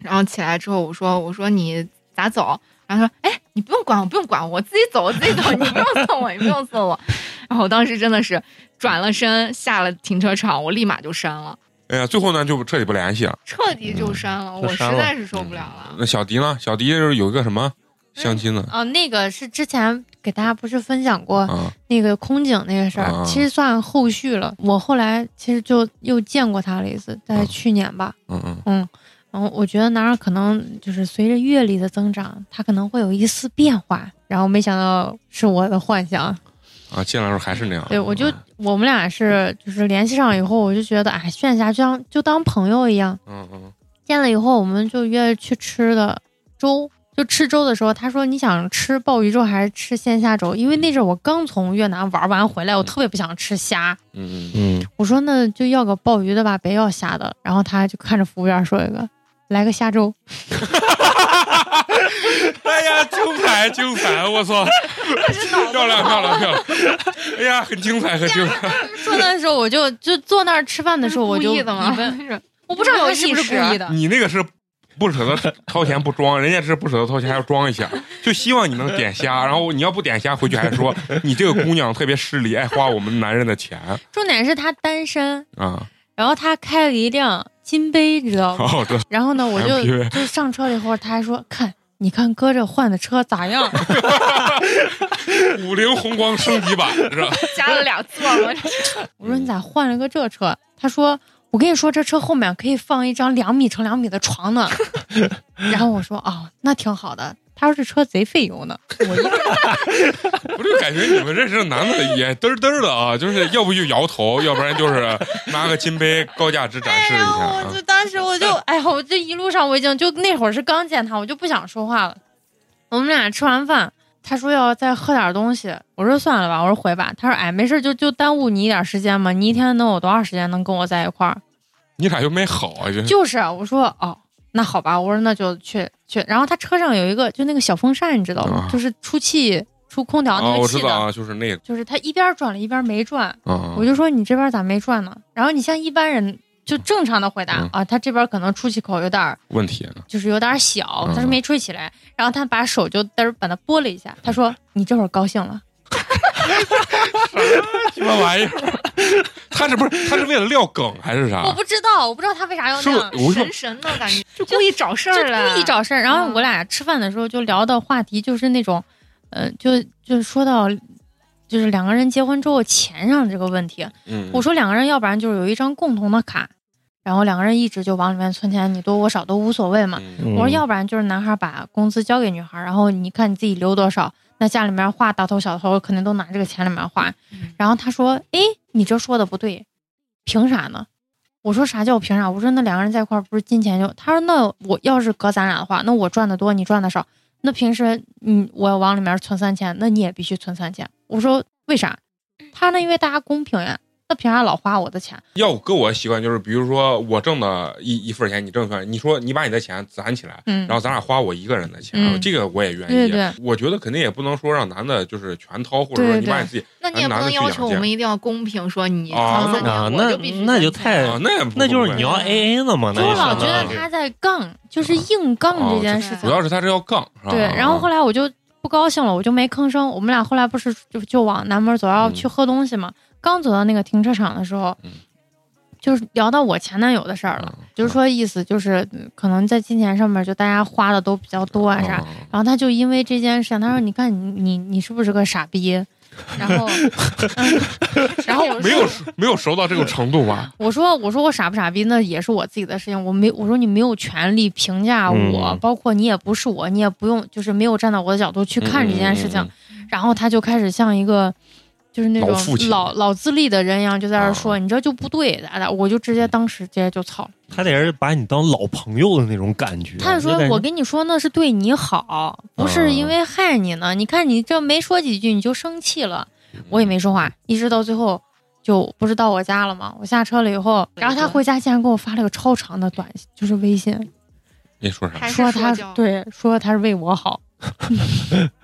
[SPEAKER 2] 然后起来之后，我说我说你咋走？然后他说哎，你不用管我，不用管我，我自己走，我自己走，你不用送我，你不用送我。 然后我当时真的是转了身，下了停车场，我立马就删了，
[SPEAKER 1] 哎呀，最后呢就彻底不联系了。
[SPEAKER 2] 彻底
[SPEAKER 1] 嗯
[SPEAKER 2] 就删了，我
[SPEAKER 4] 就
[SPEAKER 2] 实
[SPEAKER 4] 删了
[SPEAKER 2] 在是受不了了。
[SPEAKER 1] 那小迪呢？小迪就是有一个什么相亲呢？
[SPEAKER 3] 哦，那个是之前给大家不是分享过
[SPEAKER 4] 嗯
[SPEAKER 1] 啊，
[SPEAKER 3] 那个空警那个事
[SPEAKER 1] 啊
[SPEAKER 3] 儿，其实算后续了。我后来其实就又见过他了一次，在
[SPEAKER 1] 嗯
[SPEAKER 3] 去年吧。
[SPEAKER 1] 嗯嗯，
[SPEAKER 3] 然后我觉得男二可能就是随着阅历的增长，他可能会有一丝变化。然后没想到是我的幻想，
[SPEAKER 1] 啊，进来的时候还是那样。
[SPEAKER 3] 对我就我们俩是就是联系上以后，我就觉得哎，炫侠就当就当朋友一样。
[SPEAKER 1] 嗯嗯
[SPEAKER 3] 见了以后，我们就约着去吃的粥。就吃粥的时候，他说你想吃鲍鱼粥还是吃鲜虾粥？因为那阵儿我刚从越南玩完回来，我特别不想吃虾。
[SPEAKER 1] 嗯嗯，
[SPEAKER 4] 嗯，
[SPEAKER 3] 我说那就要个鲍鱼的吧，别要虾的。然后他就看着服务员说一个，来个虾粥。
[SPEAKER 1] 哎呀，精彩精彩！我操，漂亮漂亮漂亮！哎呀，很精彩很精彩。
[SPEAKER 3] 说的时候我就就坐那儿吃饭的时候我就
[SPEAKER 2] 故意的 吗
[SPEAKER 3] 以为？我不知道他是不是故意的。
[SPEAKER 1] 你那个是不舍得掏钱不装，人家是不舍得掏钱还要装一下，就希望你能点虾。然后你要不点虾，回去还说你这个姑娘特别失礼，爱花我们男人的钱
[SPEAKER 2] 啊
[SPEAKER 3] 重点是他单身，
[SPEAKER 1] 啊。哦
[SPEAKER 3] 然后他开了一辆金杯，你知道吗？
[SPEAKER 1] 好的，
[SPEAKER 3] 然后呢，我就
[SPEAKER 1] MPV
[SPEAKER 3] 就上车了以后，他还说看。你看哥这换的车咋样？
[SPEAKER 1] 五菱宏光升级版是吧？
[SPEAKER 2] 加了俩座嘛，
[SPEAKER 3] 我说你咋换了个这车？他说我跟你说，这车后面可以放一张两米乘两米的床呢。 然后我说哦，那挺好的。他说这车贼费油呢。我一
[SPEAKER 1] 我就感觉你们认识的男的也嘚儿嘚儿的啊，就是要不就摇头，要不然就是拿个金杯高价值展示一下
[SPEAKER 3] 然后
[SPEAKER 1] 啊
[SPEAKER 3] 哎我。就当时我就哎呀，我这一路上我已经就那会儿是刚见他，我就不想说话了。我们俩吃完饭，他说要再喝点东西，我说算了吧，我说回吧。他说哎，没事，就就耽误你一点时间嘛，你一天能有多少时间能跟我在一块儿？
[SPEAKER 1] 你俩又没好啊，就
[SPEAKER 3] 就是我说哦，那好吧，我说那就去去。然后他车上有一个就那个小风扇，你知道吗？
[SPEAKER 1] 啊
[SPEAKER 3] 就是出气出空调
[SPEAKER 1] 啊，
[SPEAKER 3] 那
[SPEAKER 1] 我
[SPEAKER 3] 个
[SPEAKER 1] 知
[SPEAKER 3] 气
[SPEAKER 1] 道
[SPEAKER 3] 的，
[SPEAKER 1] 啊，就是那个
[SPEAKER 3] 就是他一边转了一边没转。
[SPEAKER 1] 啊
[SPEAKER 3] 我就说你这边咋没转呢？然后你像一般人就正常的回答、
[SPEAKER 1] 嗯
[SPEAKER 3] 啊，他这边可能出气口有点儿
[SPEAKER 1] 问题啊呢。
[SPEAKER 3] 就是有点儿小
[SPEAKER 1] 嗯，
[SPEAKER 3] 但是没吹起来。然后他把手就嘚儿把它拨了一下，他说你这会儿高兴了。
[SPEAKER 1] 什么玩意儿？他是不是他是为了撂梗还是啥
[SPEAKER 3] 我？不知道，我不知道他为啥要
[SPEAKER 1] 是
[SPEAKER 3] 那
[SPEAKER 1] 不
[SPEAKER 3] 样。
[SPEAKER 1] 啊是 我说啊
[SPEAKER 2] 神神的感觉，就故意找事
[SPEAKER 3] 就
[SPEAKER 2] 儿了，啊
[SPEAKER 3] 故意找事儿。然后
[SPEAKER 2] 嗯
[SPEAKER 3] 我俩吃饭的时候就聊的话题就是那种，呃，就就是说到就是两个人结婚之后钱上这个问题，
[SPEAKER 1] 嗯，
[SPEAKER 3] 我说两个人要不然就是有一张共同的卡，然后两个人一直就往里面存钱，你多我少都无所谓嘛。
[SPEAKER 1] 嗯
[SPEAKER 3] 我说要不然就是男孩把工资交给女孩，然后你看你自己留多少，那家里面花大头小头肯定都拿这个钱里面花。然后他说，诶，你这说的不对，凭啥呢？我说啥叫凭啥？我说那两个人在一块儿不是金钱就……他说那我要是搁咱俩的话，那我赚的多，你赚的少，那平时嗯我要往里面存三千，那你也必须存三千。我说为啥？他说那因为大家公平呀，那凭啥老花我的钱？
[SPEAKER 1] 要搁我的习惯就是，比如说我挣的一一份钱，你挣一份儿，你说你把你的钱攒起来，
[SPEAKER 3] 嗯
[SPEAKER 1] 然后咱俩花我一个人的钱，
[SPEAKER 3] 嗯
[SPEAKER 1] 这个我也愿意。
[SPEAKER 3] 对对
[SPEAKER 1] 我觉得肯定也不能说让男的就是全掏，或者说
[SPEAKER 3] 对
[SPEAKER 1] 你把
[SPEAKER 3] 对
[SPEAKER 1] 你自己
[SPEAKER 2] 那你也不
[SPEAKER 1] 男的
[SPEAKER 2] 能
[SPEAKER 1] 去
[SPEAKER 2] 要
[SPEAKER 1] 养
[SPEAKER 2] 求我
[SPEAKER 1] 家
[SPEAKER 2] 们一定要公平，说你
[SPEAKER 1] 啊
[SPEAKER 2] 掏三
[SPEAKER 4] 啊
[SPEAKER 2] 千，我
[SPEAKER 4] 那
[SPEAKER 2] 就必须
[SPEAKER 4] 那就
[SPEAKER 2] 三千
[SPEAKER 4] 太
[SPEAKER 1] 啊，那也不
[SPEAKER 4] 那就是
[SPEAKER 1] 不
[SPEAKER 4] 你要 A A 了嘛，那
[SPEAKER 3] 就是
[SPEAKER 4] 也
[SPEAKER 3] 老
[SPEAKER 4] 相
[SPEAKER 3] 啊觉
[SPEAKER 4] 当
[SPEAKER 3] 得
[SPEAKER 4] 于
[SPEAKER 3] 他在杠，就是硬杠这件事
[SPEAKER 1] 主
[SPEAKER 3] 情。
[SPEAKER 1] 要是他这要杠，是吧嗯
[SPEAKER 3] 对，然后后来我就不高兴了，我就没吭声。我们俩后来不是就就往南门走，要去喝东西嘛。刚走到那个停车场的时候，
[SPEAKER 1] 嗯
[SPEAKER 3] 就是聊到我前男友的事儿了，
[SPEAKER 1] 嗯
[SPEAKER 3] 就是说意思就是嗯可能在金钱上面就大家花的都比较多啊啥。
[SPEAKER 1] 嗯
[SPEAKER 3] 然后他就因为这件事情，他说：“你看你你你是不是个傻逼？”然 后，嗯 然后我
[SPEAKER 1] 没
[SPEAKER 3] 说
[SPEAKER 1] 有熟没有熟到这种程度吧？
[SPEAKER 3] 我说我说我傻不傻逼，那也是我自己的事情。我没我说你没有权利评价我，
[SPEAKER 4] 嗯
[SPEAKER 3] 包括你也不是我，你也不用就是没有站到我的角度去看这件事情。
[SPEAKER 1] 嗯嗯
[SPEAKER 3] 然后他就开始像一个就是那
[SPEAKER 1] 老父
[SPEAKER 3] 种
[SPEAKER 1] 亲
[SPEAKER 3] 老老资历的人一样，就在这儿说、
[SPEAKER 1] 啊嗯
[SPEAKER 3] 你这就不对咋咋，我就直接当时直接就操了。
[SPEAKER 4] 他得是把你当老朋友的那种感觉。
[SPEAKER 3] 他就说
[SPEAKER 4] 感觉
[SPEAKER 3] 我跟你说那是对你好，不是因为害你呢。你看你这没说几句你就生气了，我也没说话，一直到最后。就不是到我家了吗？我下车了以后，然后他回家竟然给我发了个超长的短信，就是微信，
[SPEAKER 1] 嗯你说啥？
[SPEAKER 2] 还是
[SPEAKER 3] 说
[SPEAKER 2] 说
[SPEAKER 3] 他
[SPEAKER 2] 教
[SPEAKER 3] 对，说他是为我好，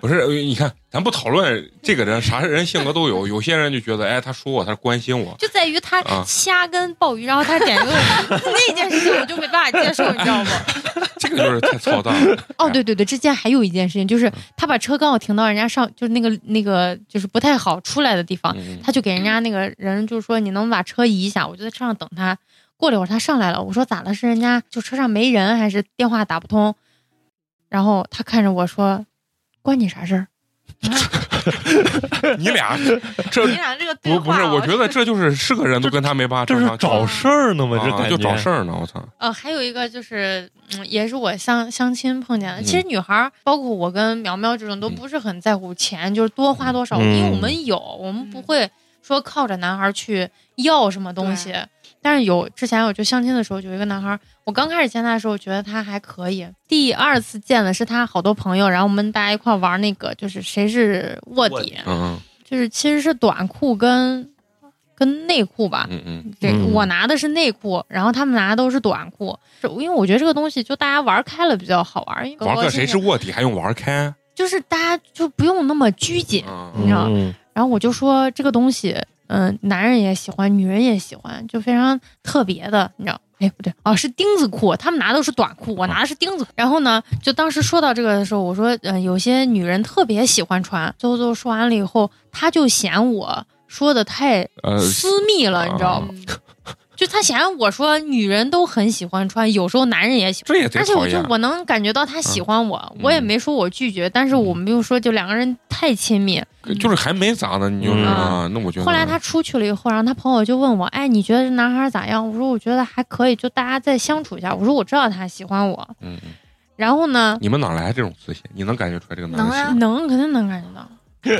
[SPEAKER 1] 不是，你看，咱不讨论这个人，啥人性格都有。有些人就觉得，哎，他说我，他是关心我。
[SPEAKER 3] 就在于他
[SPEAKER 1] 啊
[SPEAKER 3] 瞎跟鲍鱼，然后他点 一个那件事情，我就没办法接受，你知道吗？
[SPEAKER 1] 这个就是太操蛋了。
[SPEAKER 3] 哦，对对对，之前还有一件事情，就是他把车刚好停到人家上，就是那个那个就是不太好出来的地方，
[SPEAKER 1] 嗯
[SPEAKER 3] 他就给人家那个人就说你能不能把车移一下，我就在车上等他。过了一会儿他上来了，我说咋了？是人家就车上没人，还是电话打不通？然后他看着我说，关你啥事儿？
[SPEAKER 1] 你俩这
[SPEAKER 2] 你俩这个对
[SPEAKER 1] 不不
[SPEAKER 2] 话
[SPEAKER 1] 是，
[SPEAKER 2] 哦
[SPEAKER 1] 我觉得这就是是个人都跟他没办法
[SPEAKER 4] 这
[SPEAKER 1] 正
[SPEAKER 4] 是
[SPEAKER 1] 常交
[SPEAKER 4] 找
[SPEAKER 1] 往。
[SPEAKER 4] 事儿呢嘛，这
[SPEAKER 1] 啊
[SPEAKER 4] 感
[SPEAKER 1] 就
[SPEAKER 4] 觉
[SPEAKER 1] 找事儿呢，我操！
[SPEAKER 3] 呃，还有一个就是，嗯，也是我相相亲碰见的。其
[SPEAKER 1] 嗯
[SPEAKER 3] 实女孩儿，包括我跟苗苗这种，都
[SPEAKER 1] 嗯
[SPEAKER 3] 不是很在乎钱，就是多花多少，因为我们有，我们不
[SPEAKER 2] 嗯
[SPEAKER 3] 会说靠着男孩儿去要什么东西
[SPEAKER 2] 对。
[SPEAKER 3] 但是有之前我就相亲的时候，有一个男孩儿，我刚开始见他的时候，觉得他还可以。第二次见的是他好多朋友，然后我们大家一块儿玩那个，就是谁是卧
[SPEAKER 4] 卧
[SPEAKER 3] 底，
[SPEAKER 1] 嗯
[SPEAKER 3] 就是其实是短裤跟跟内裤吧，
[SPEAKER 1] 嗯嗯
[SPEAKER 3] 对，
[SPEAKER 4] 嗯
[SPEAKER 3] 我拿的是内裤，然后他们拿的都是短裤，是因为我觉得这个东西就大家玩开了比较好玩，因
[SPEAKER 1] 嗯，
[SPEAKER 3] 为
[SPEAKER 1] 玩
[SPEAKER 3] 我
[SPEAKER 1] 个
[SPEAKER 3] 现
[SPEAKER 1] 谁
[SPEAKER 3] 在
[SPEAKER 1] 是卧底还用玩开？
[SPEAKER 3] 就是大家就不用那么拘谨。
[SPEAKER 1] 嗯
[SPEAKER 3] 你知道
[SPEAKER 4] 嗯
[SPEAKER 3] 然后我就说这个东西，嗯、男人也喜欢，女人也喜欢，就非常特别的，你知道。哎，不对，哦，是钉子裤，他们拿的是短裤，
[SPEAKER 1] 啊
[SPEAKER 3] 我拿的是钉子裤。然后呢，就当时说到这个的时候，我说，嗯、有些女人特别喜欢穿。最后最后说完了以后，他就嫌我说的太
[SPEAKER 1] 呃，
[SPEAKER 3] 私密了，你知道吗？
[SPEAKER 2] 嗯
[SPEAKER 3] 就他嫌我说女人都很喜欢穿，有时候男人也喜欢。
[SPEAKER 1] 这也贼
[SPEAKER 3] 而且
[SPEAKER 1] 讨
[SPEAKER 3] 我就
[SPEAKER 1] 厌。啊
[SPEAKER 3] 我能感觉到他喜欢我，我也
[SPEAKER 1] 嗯
[SPEAKER 3] 没说我拒绝，但是我没有说就两个人太亲密。
[SPEAKER 1] 就是还没咋呢，你就是
[SPEAKER 4] 嗯
[SPEAKER 1] 啊，那我觉得。
[SPEAKER 3] 后来他出去了以后，然后他朋友就问我，哎，你觉得这男孩咋样？我说我觉得还可以，就大家再相处一下。我说我知道他喜欢我，
[SPEAKER 1] 嗯，嗯
[SPEAKER 3] 然后呢，
[SPEAKER 1] 你们哪来这种自信？你能感觉出来这个男
[SPEAKER 2] 能
[SPEAKER 1] 的
[SPEAKER 2] 啊
[SPEAKER 1] 是？
[SPEAKER 3] 能肯定能感觉到。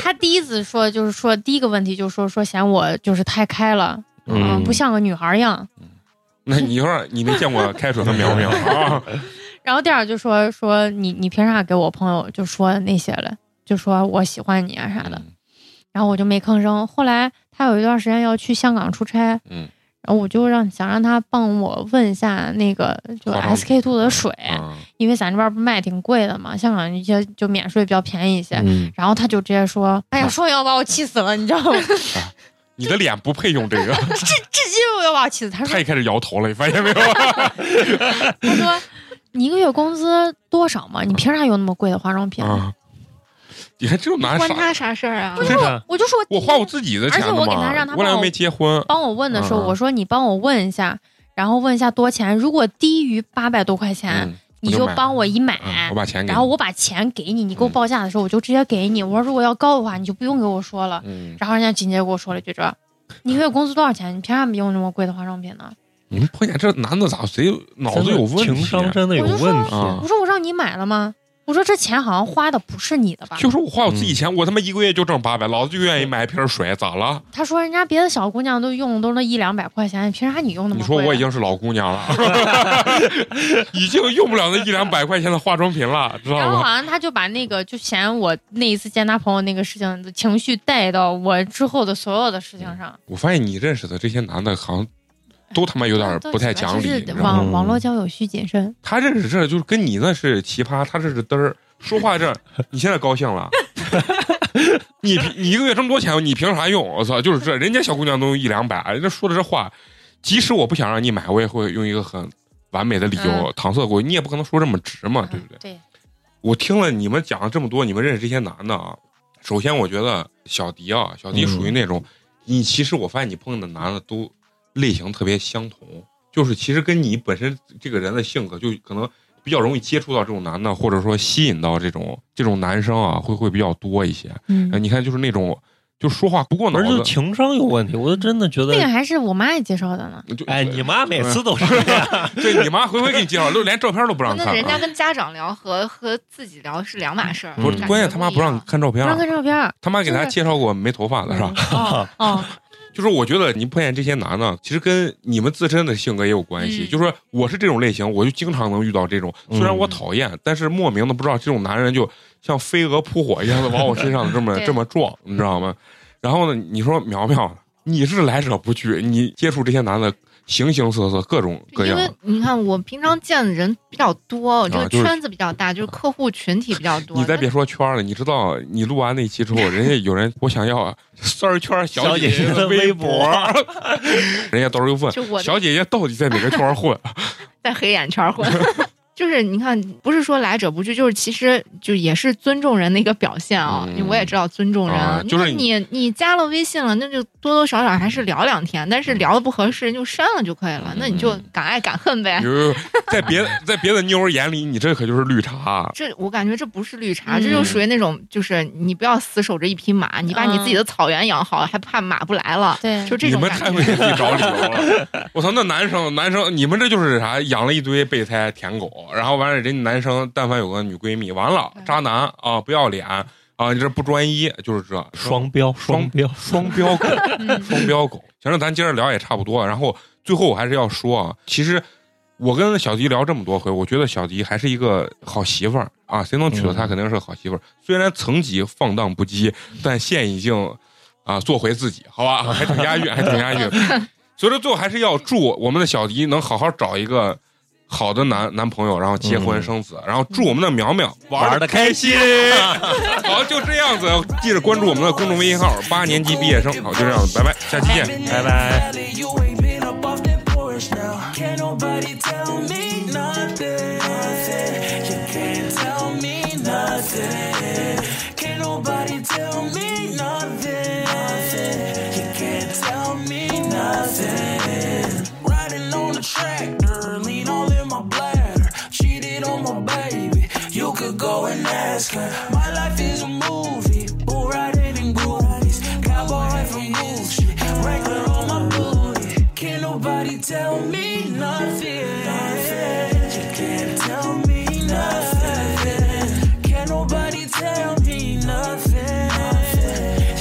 [SPEAKER 3] 他第一次说就是说第一个问题就是说说嫌我就是太开了，
[SPEAKER 4] 嗯，
[SPEAKER 3] 不像个女孩样。
[SPEAKER 1] 那你说你没见 过开水和苗
[SPEAKER 4] 嗯
[SPEAKER 1] 苗啊？
[SPEAKER 3] 然后第二就说说你你凭啥给我朋友就说那些了，就说我喜欢你啊啥的，
[SPEAKER 1] 嗯
[SPEAKER 3] 然后我就没吭声。后来他有一段时间要去香港出差，然
[SPEAKER 1] 嗯
[SPEAKER 3] 后我就让想让他帮我问一下那个就
[SPEAKER 1] 化妆
[SPEAKER 3] SK two 的水，
[SPEAKER 1] 啊，
[SPEAKER 3] 因为咱这边不卖挺贵的嘛，香港一些就免税比较便宜一些。
[SPEAKER 4] 嗯，
[SPEAKER 3] 然后他就直接
[SPEAKER 1] 嗯
[SPEAKER 3] 说：“哎呀，说要把我气死了，你知道吗？ 至
[SPEAKER 1] 你的脸不配用这 个。
[SPEAKER 3] 今我要把我气死。”他说
[SPEAKER 1] 他也开始摇头了，你发现没有？
[SPEAKER 3] 他说你一个月工资多少嘛？你凭啥有那么贵的化妆品？
[SPEAKER 1] 啊，你看这种男
[SPEAKER 2] 关
[SPEAKER 1] 傻，
[SPEAKER 2] 他啥事儿啊？
[SPEAKER 1] 真是
[SPEAKER 3] 我就说
[SPEAKER 1] 我
[SPEAKER 3] 第一
[SPEAKER 1] 花我自己的钱的
[SPEAKER 3] 而且
[SPEAKER 1] 嘛，
[SPEAKER 3] 我给他让他帮我
[SPEAKER 1] 我俩又没结婚，
[SPEAKER 3] 帮我问的时候，
[SPEAKER 1] 嗯
[SPEAKER 3] 我说你帮我问一下，然后问一下多钱，如果低于八百多块钱，
[SPEAKER 1] 嗯
[SPEAKER 3] 你
[SPEAKER 1] 我就
[SPEAKER 3] 就
[SPEAKER 1] 买
[SPEAKER 3] 帮我一买，
[SPEAKER 1] 嗯，我把钱给你，
[SPEAKER 3] 然后我把钱给你，你给我
[SPEAKER 1] 嗯
[SPEAKER 3] 报价的时候我就直接给你。我说如果要高的话，你就不用给我说了。
[SPEAKER 1] 嗯，
[SPEAKER 3] 然后人家紧接着给我说了一句这，你月工资多少钱？你凭啥用这么贵的化妆品呢？
[SPEAKER 1] 你们碰见这男的咋谁脑子有问题？
[SPEAKER 4] 情商真的有问题。
[SPEAKER 1] 啊
[SPEAKER 3] 我说我让你买了吗？我说这钱好像花的不是你的吧？
[SPEAKER 1] 就是我花我
[SPEAKER 4] 嗯
[SPEAKER 1] 自己钱，我他妈一个月就挣八百，老子就愿意买一瓶水，咋了？
[SPEAKER 3] 他说人家别的小姑娘都用都是一两百块钱，凭啥你用那
[SPEAKER 1] 你
[SPEAKER 3] 么
[SPEAKER 1] 说
[SPEAKER 3] 贵啊？
[SPEAKER 1] 我已经是老姑娘了， 已经用不了那一两百块钱的化妆品了，知道
[SPEAKER 3] 然后啊
[SPEAKER 1] 吗？
[SPEAKER 3] 好像他就把那个就嫌我那一次见他朋友那个事情的情绪带到我之后的所有的事情上，
[SPEAKER 1] 我发现你认识的这些男的，好像都他妈有点不太讲理，
[SPEAKER 3] 就
[SPEAKER 1] 你
[SPEAKER 3] 是
[SPEAKER 1] 知道吗？
[SPEAKER 3] 网网络交友需谨慎。
[SPEAKER 1] 他认识这就是跟你那是奇葩，他这是嘚儿，说话这，你现在高兴了。 你凭你一个月这么多钱，你凭啥用？我操，就是这，人家小姑娘都一两百，人家说的这话，即使我不想让你买，我也会用一个很完美的理由
[SPEAKER 3] 嗯
[SPEAKER 1] 搪塞过去。你也不可能说这么直嘛，啊对不对？
[SPEAKER 3] 嗯对，
[SPEAKER 1] 我听了你们讲了这么多，你们认识这些男的啊。首先，我觉得小迪啊，小迪
[SPEAKER 4] 嗯
[SPEAKER 1] 属于那种，你其实我发现你碰的男的都类型特别相同，就是其实跟你本身这个人的性格就可能比较容易接触到这种男的，或者说吸引到这种这种男生啊，会会比较多一些。呃
[SPEAKER 3] 嗯，
[SPEAKER 1] 你看，就是那种就说话不过脑
[SPEAKER 4] 而就
[SPEAKER 1] 子，
[SPEAKER 4] 情商有问题，我真的觉得
[SPEAKER 3] 那，个还是我妈也介绍的呢。
[SPEAKER 1] 就
[SPEAKER 4] 哎，你妈每次都是这样，
[SPEAKER 1] 对你妈回回给你介绍，就连照片都不让
[SPEAKER 2] 那
[SPEAKER 1] 看
[SPEAKER 2] 人家
[SPEAKER 1] 啊。
[SPEAKER 2] 跟家长聊和和自己聊是两码事儿。
[SPEAKER 1] 不是，
[SPEAKER 2] 感觉
[SPEAKER 1] 关键他妈
[SPEAKER 2] 一
[SPEAKER 1] 不让
[SPEAKER 2] 样
[SPEAKER 1] 看照片
[SPEAKER 3] 不
[SPEAKER 1] 啊
[SPEAKER 3] 让，看照片儿，
[SPEAKER 1] 他妈给他介绍过没头发的是吧？
[SPEAKER 3] 哦哦，
[SPEAKER 1] 就是我觉得你碰见这些男的，其实跟你们自身的性格也有关系。
[SPEAKER 2] 嗯
[SPEAKER 1] 就是说我是这种类型，我就经常能遇到这种，虽然我讨厌，但是莫名的不知道这种男人就像飞蛾扑火一样的往我身上这么
[SPEAKER 3] 对
[SPEAKER 1] 这么撞，你知道吗？然后呢，你说苗苗，你是来者不拒，你接触这些男的形形色色，各种各
[SPEAKER 2] 因
[SPEAKER 1] 样
[SPEAKER 2] 为。你看，我平常见的人比较多，我这个
[SPEAKER 1] 啊就是
[SPEAKER 2] 圈子比较大，就是客户群体比较多。
[SPEAKER 1] 你再别说圈儿了，你知道你录完那期之后，人家有人我想要 三儿圈儿小姐姐
[SPEAKER 4] 小姐姐
[SPEAKER 1] 的
[SPEAKER 4] 的微
[SPEAKER 1] 微博，人家到时候又问
[SPEAKER 2] 就我
[SPEAKER 1] 小姐姐到底在哪个圈儿 混？
[SPEAKER 2] 在黑眼圈 混。就是你看，不是说来者不拒，就是其实就也是尊重人的一个表现啊。
[SPEAKER 1] 嗯
[SPEAKER 2] 因为我也知道尊重人，
[SPEAKER 1] 啊就是
[SPEAKER 2] 那你你加了微信了，那就多多少少还是聊两天，但是
[SPEAKER 1] 嗯
[SPEAKER 2] 聊的不合适就删了就可以了。那你就敢爱敢恨呗。
[SPEAKER 1] 有有有，在别的在别的妞儿眼里，你这可就是绿茶。啊
[SPEAKER 2] 这我感觉这不是绿茶，
[SPEAKER 3] 嗯
[SPEAKER 2] 这就属于那种就是你不要死守着一匹马，你把你自己的草原养好，还怕马不来了，
[SPEAKER 3] 啊对，
[SPEAKER 2] 就这
[SPEAKER 1] 你
[SPEAKER 2] 种
[SPEAKER 1] 们
[SPEAKER 2] 感
[SPEAKER 1] 太
[SPEAKER 2] 觉。
[SPEAKER 1] 会给自己找理由了！我操，那男生男生，你们这就是啥？养了一堆备胎舔狗，然后完了，人家男生但凡有个女闺蜜，完
[SPEAKER 2] 嗯
[SPEAKER 1] 了，渣男啊，不要脸啊，你这不专一，就是这
[SPEAKER 4] 双标，双标，
[SPEAKER 1] 双标狗，
[SPEAKER 3] 嗯
[SPEAKER 1] 双标狗。 行了，咱接着聊也差不多了。啊然后最后我还是要说啊，其实我跟小迪聊这么多回，我觉得小迪还是一个好媳妇儿啊，谁能娶到她
[SPEAKER 4] 嗯
[SPEAKER 1] 肯定是个好媳妇儿。虽然层级放荡不羁，但现已经啊做回自己，好吧，还挺押韵，还挺押韵。所以说最后还是要祝我们的小迪能好好找一个。好的男男朋友，然后结婚
[SPEAKER 4] 嗯
[SPEAKER 1] 生子，然后祝我们的苗苗玩
[SPEAKER 4] 玩的开心。
[SPEAKER 1] 好，就这样子，记着关注我们的公众微信号“八年级毕业生”。好，就这样子， 拜拜，下期见。
[SPEAKER 4] 拜拜。
[SPEAKER 7] You ain't been up off that porch now. Can't nobody tell me nothing. You can't tell me nothing. Can't nobody tell me nothing. You can't tell me nothing. Riding on a tractor, lean all in my bladder. Cheated on my baby. You could go and ask her. My life is a movie. Bull riding in Gucci's. Cowboy from Gucci. Wrangler on my booty. Can't nobody tell me nothing. You can't tell me nothing. Can't nobody tell me nothing.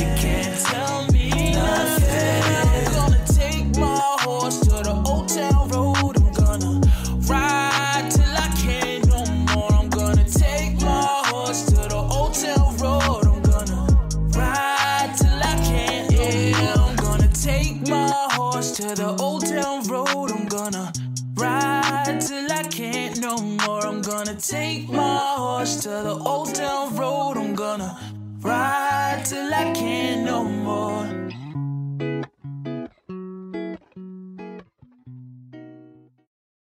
[SPEAKER 7] You can't tell me nothing. I'm gonna take my horse to the old town road. I'm gonna ride till I can't no more. I'm gonna take my horse to the old town road. I'm gonna ride till I can't. Yeah, I'm gonna take my horse to the old town road. I'm gonna ride till I can't no more. I'm gonna take my horse to the old town road. I'm gonna ride till I can't no more.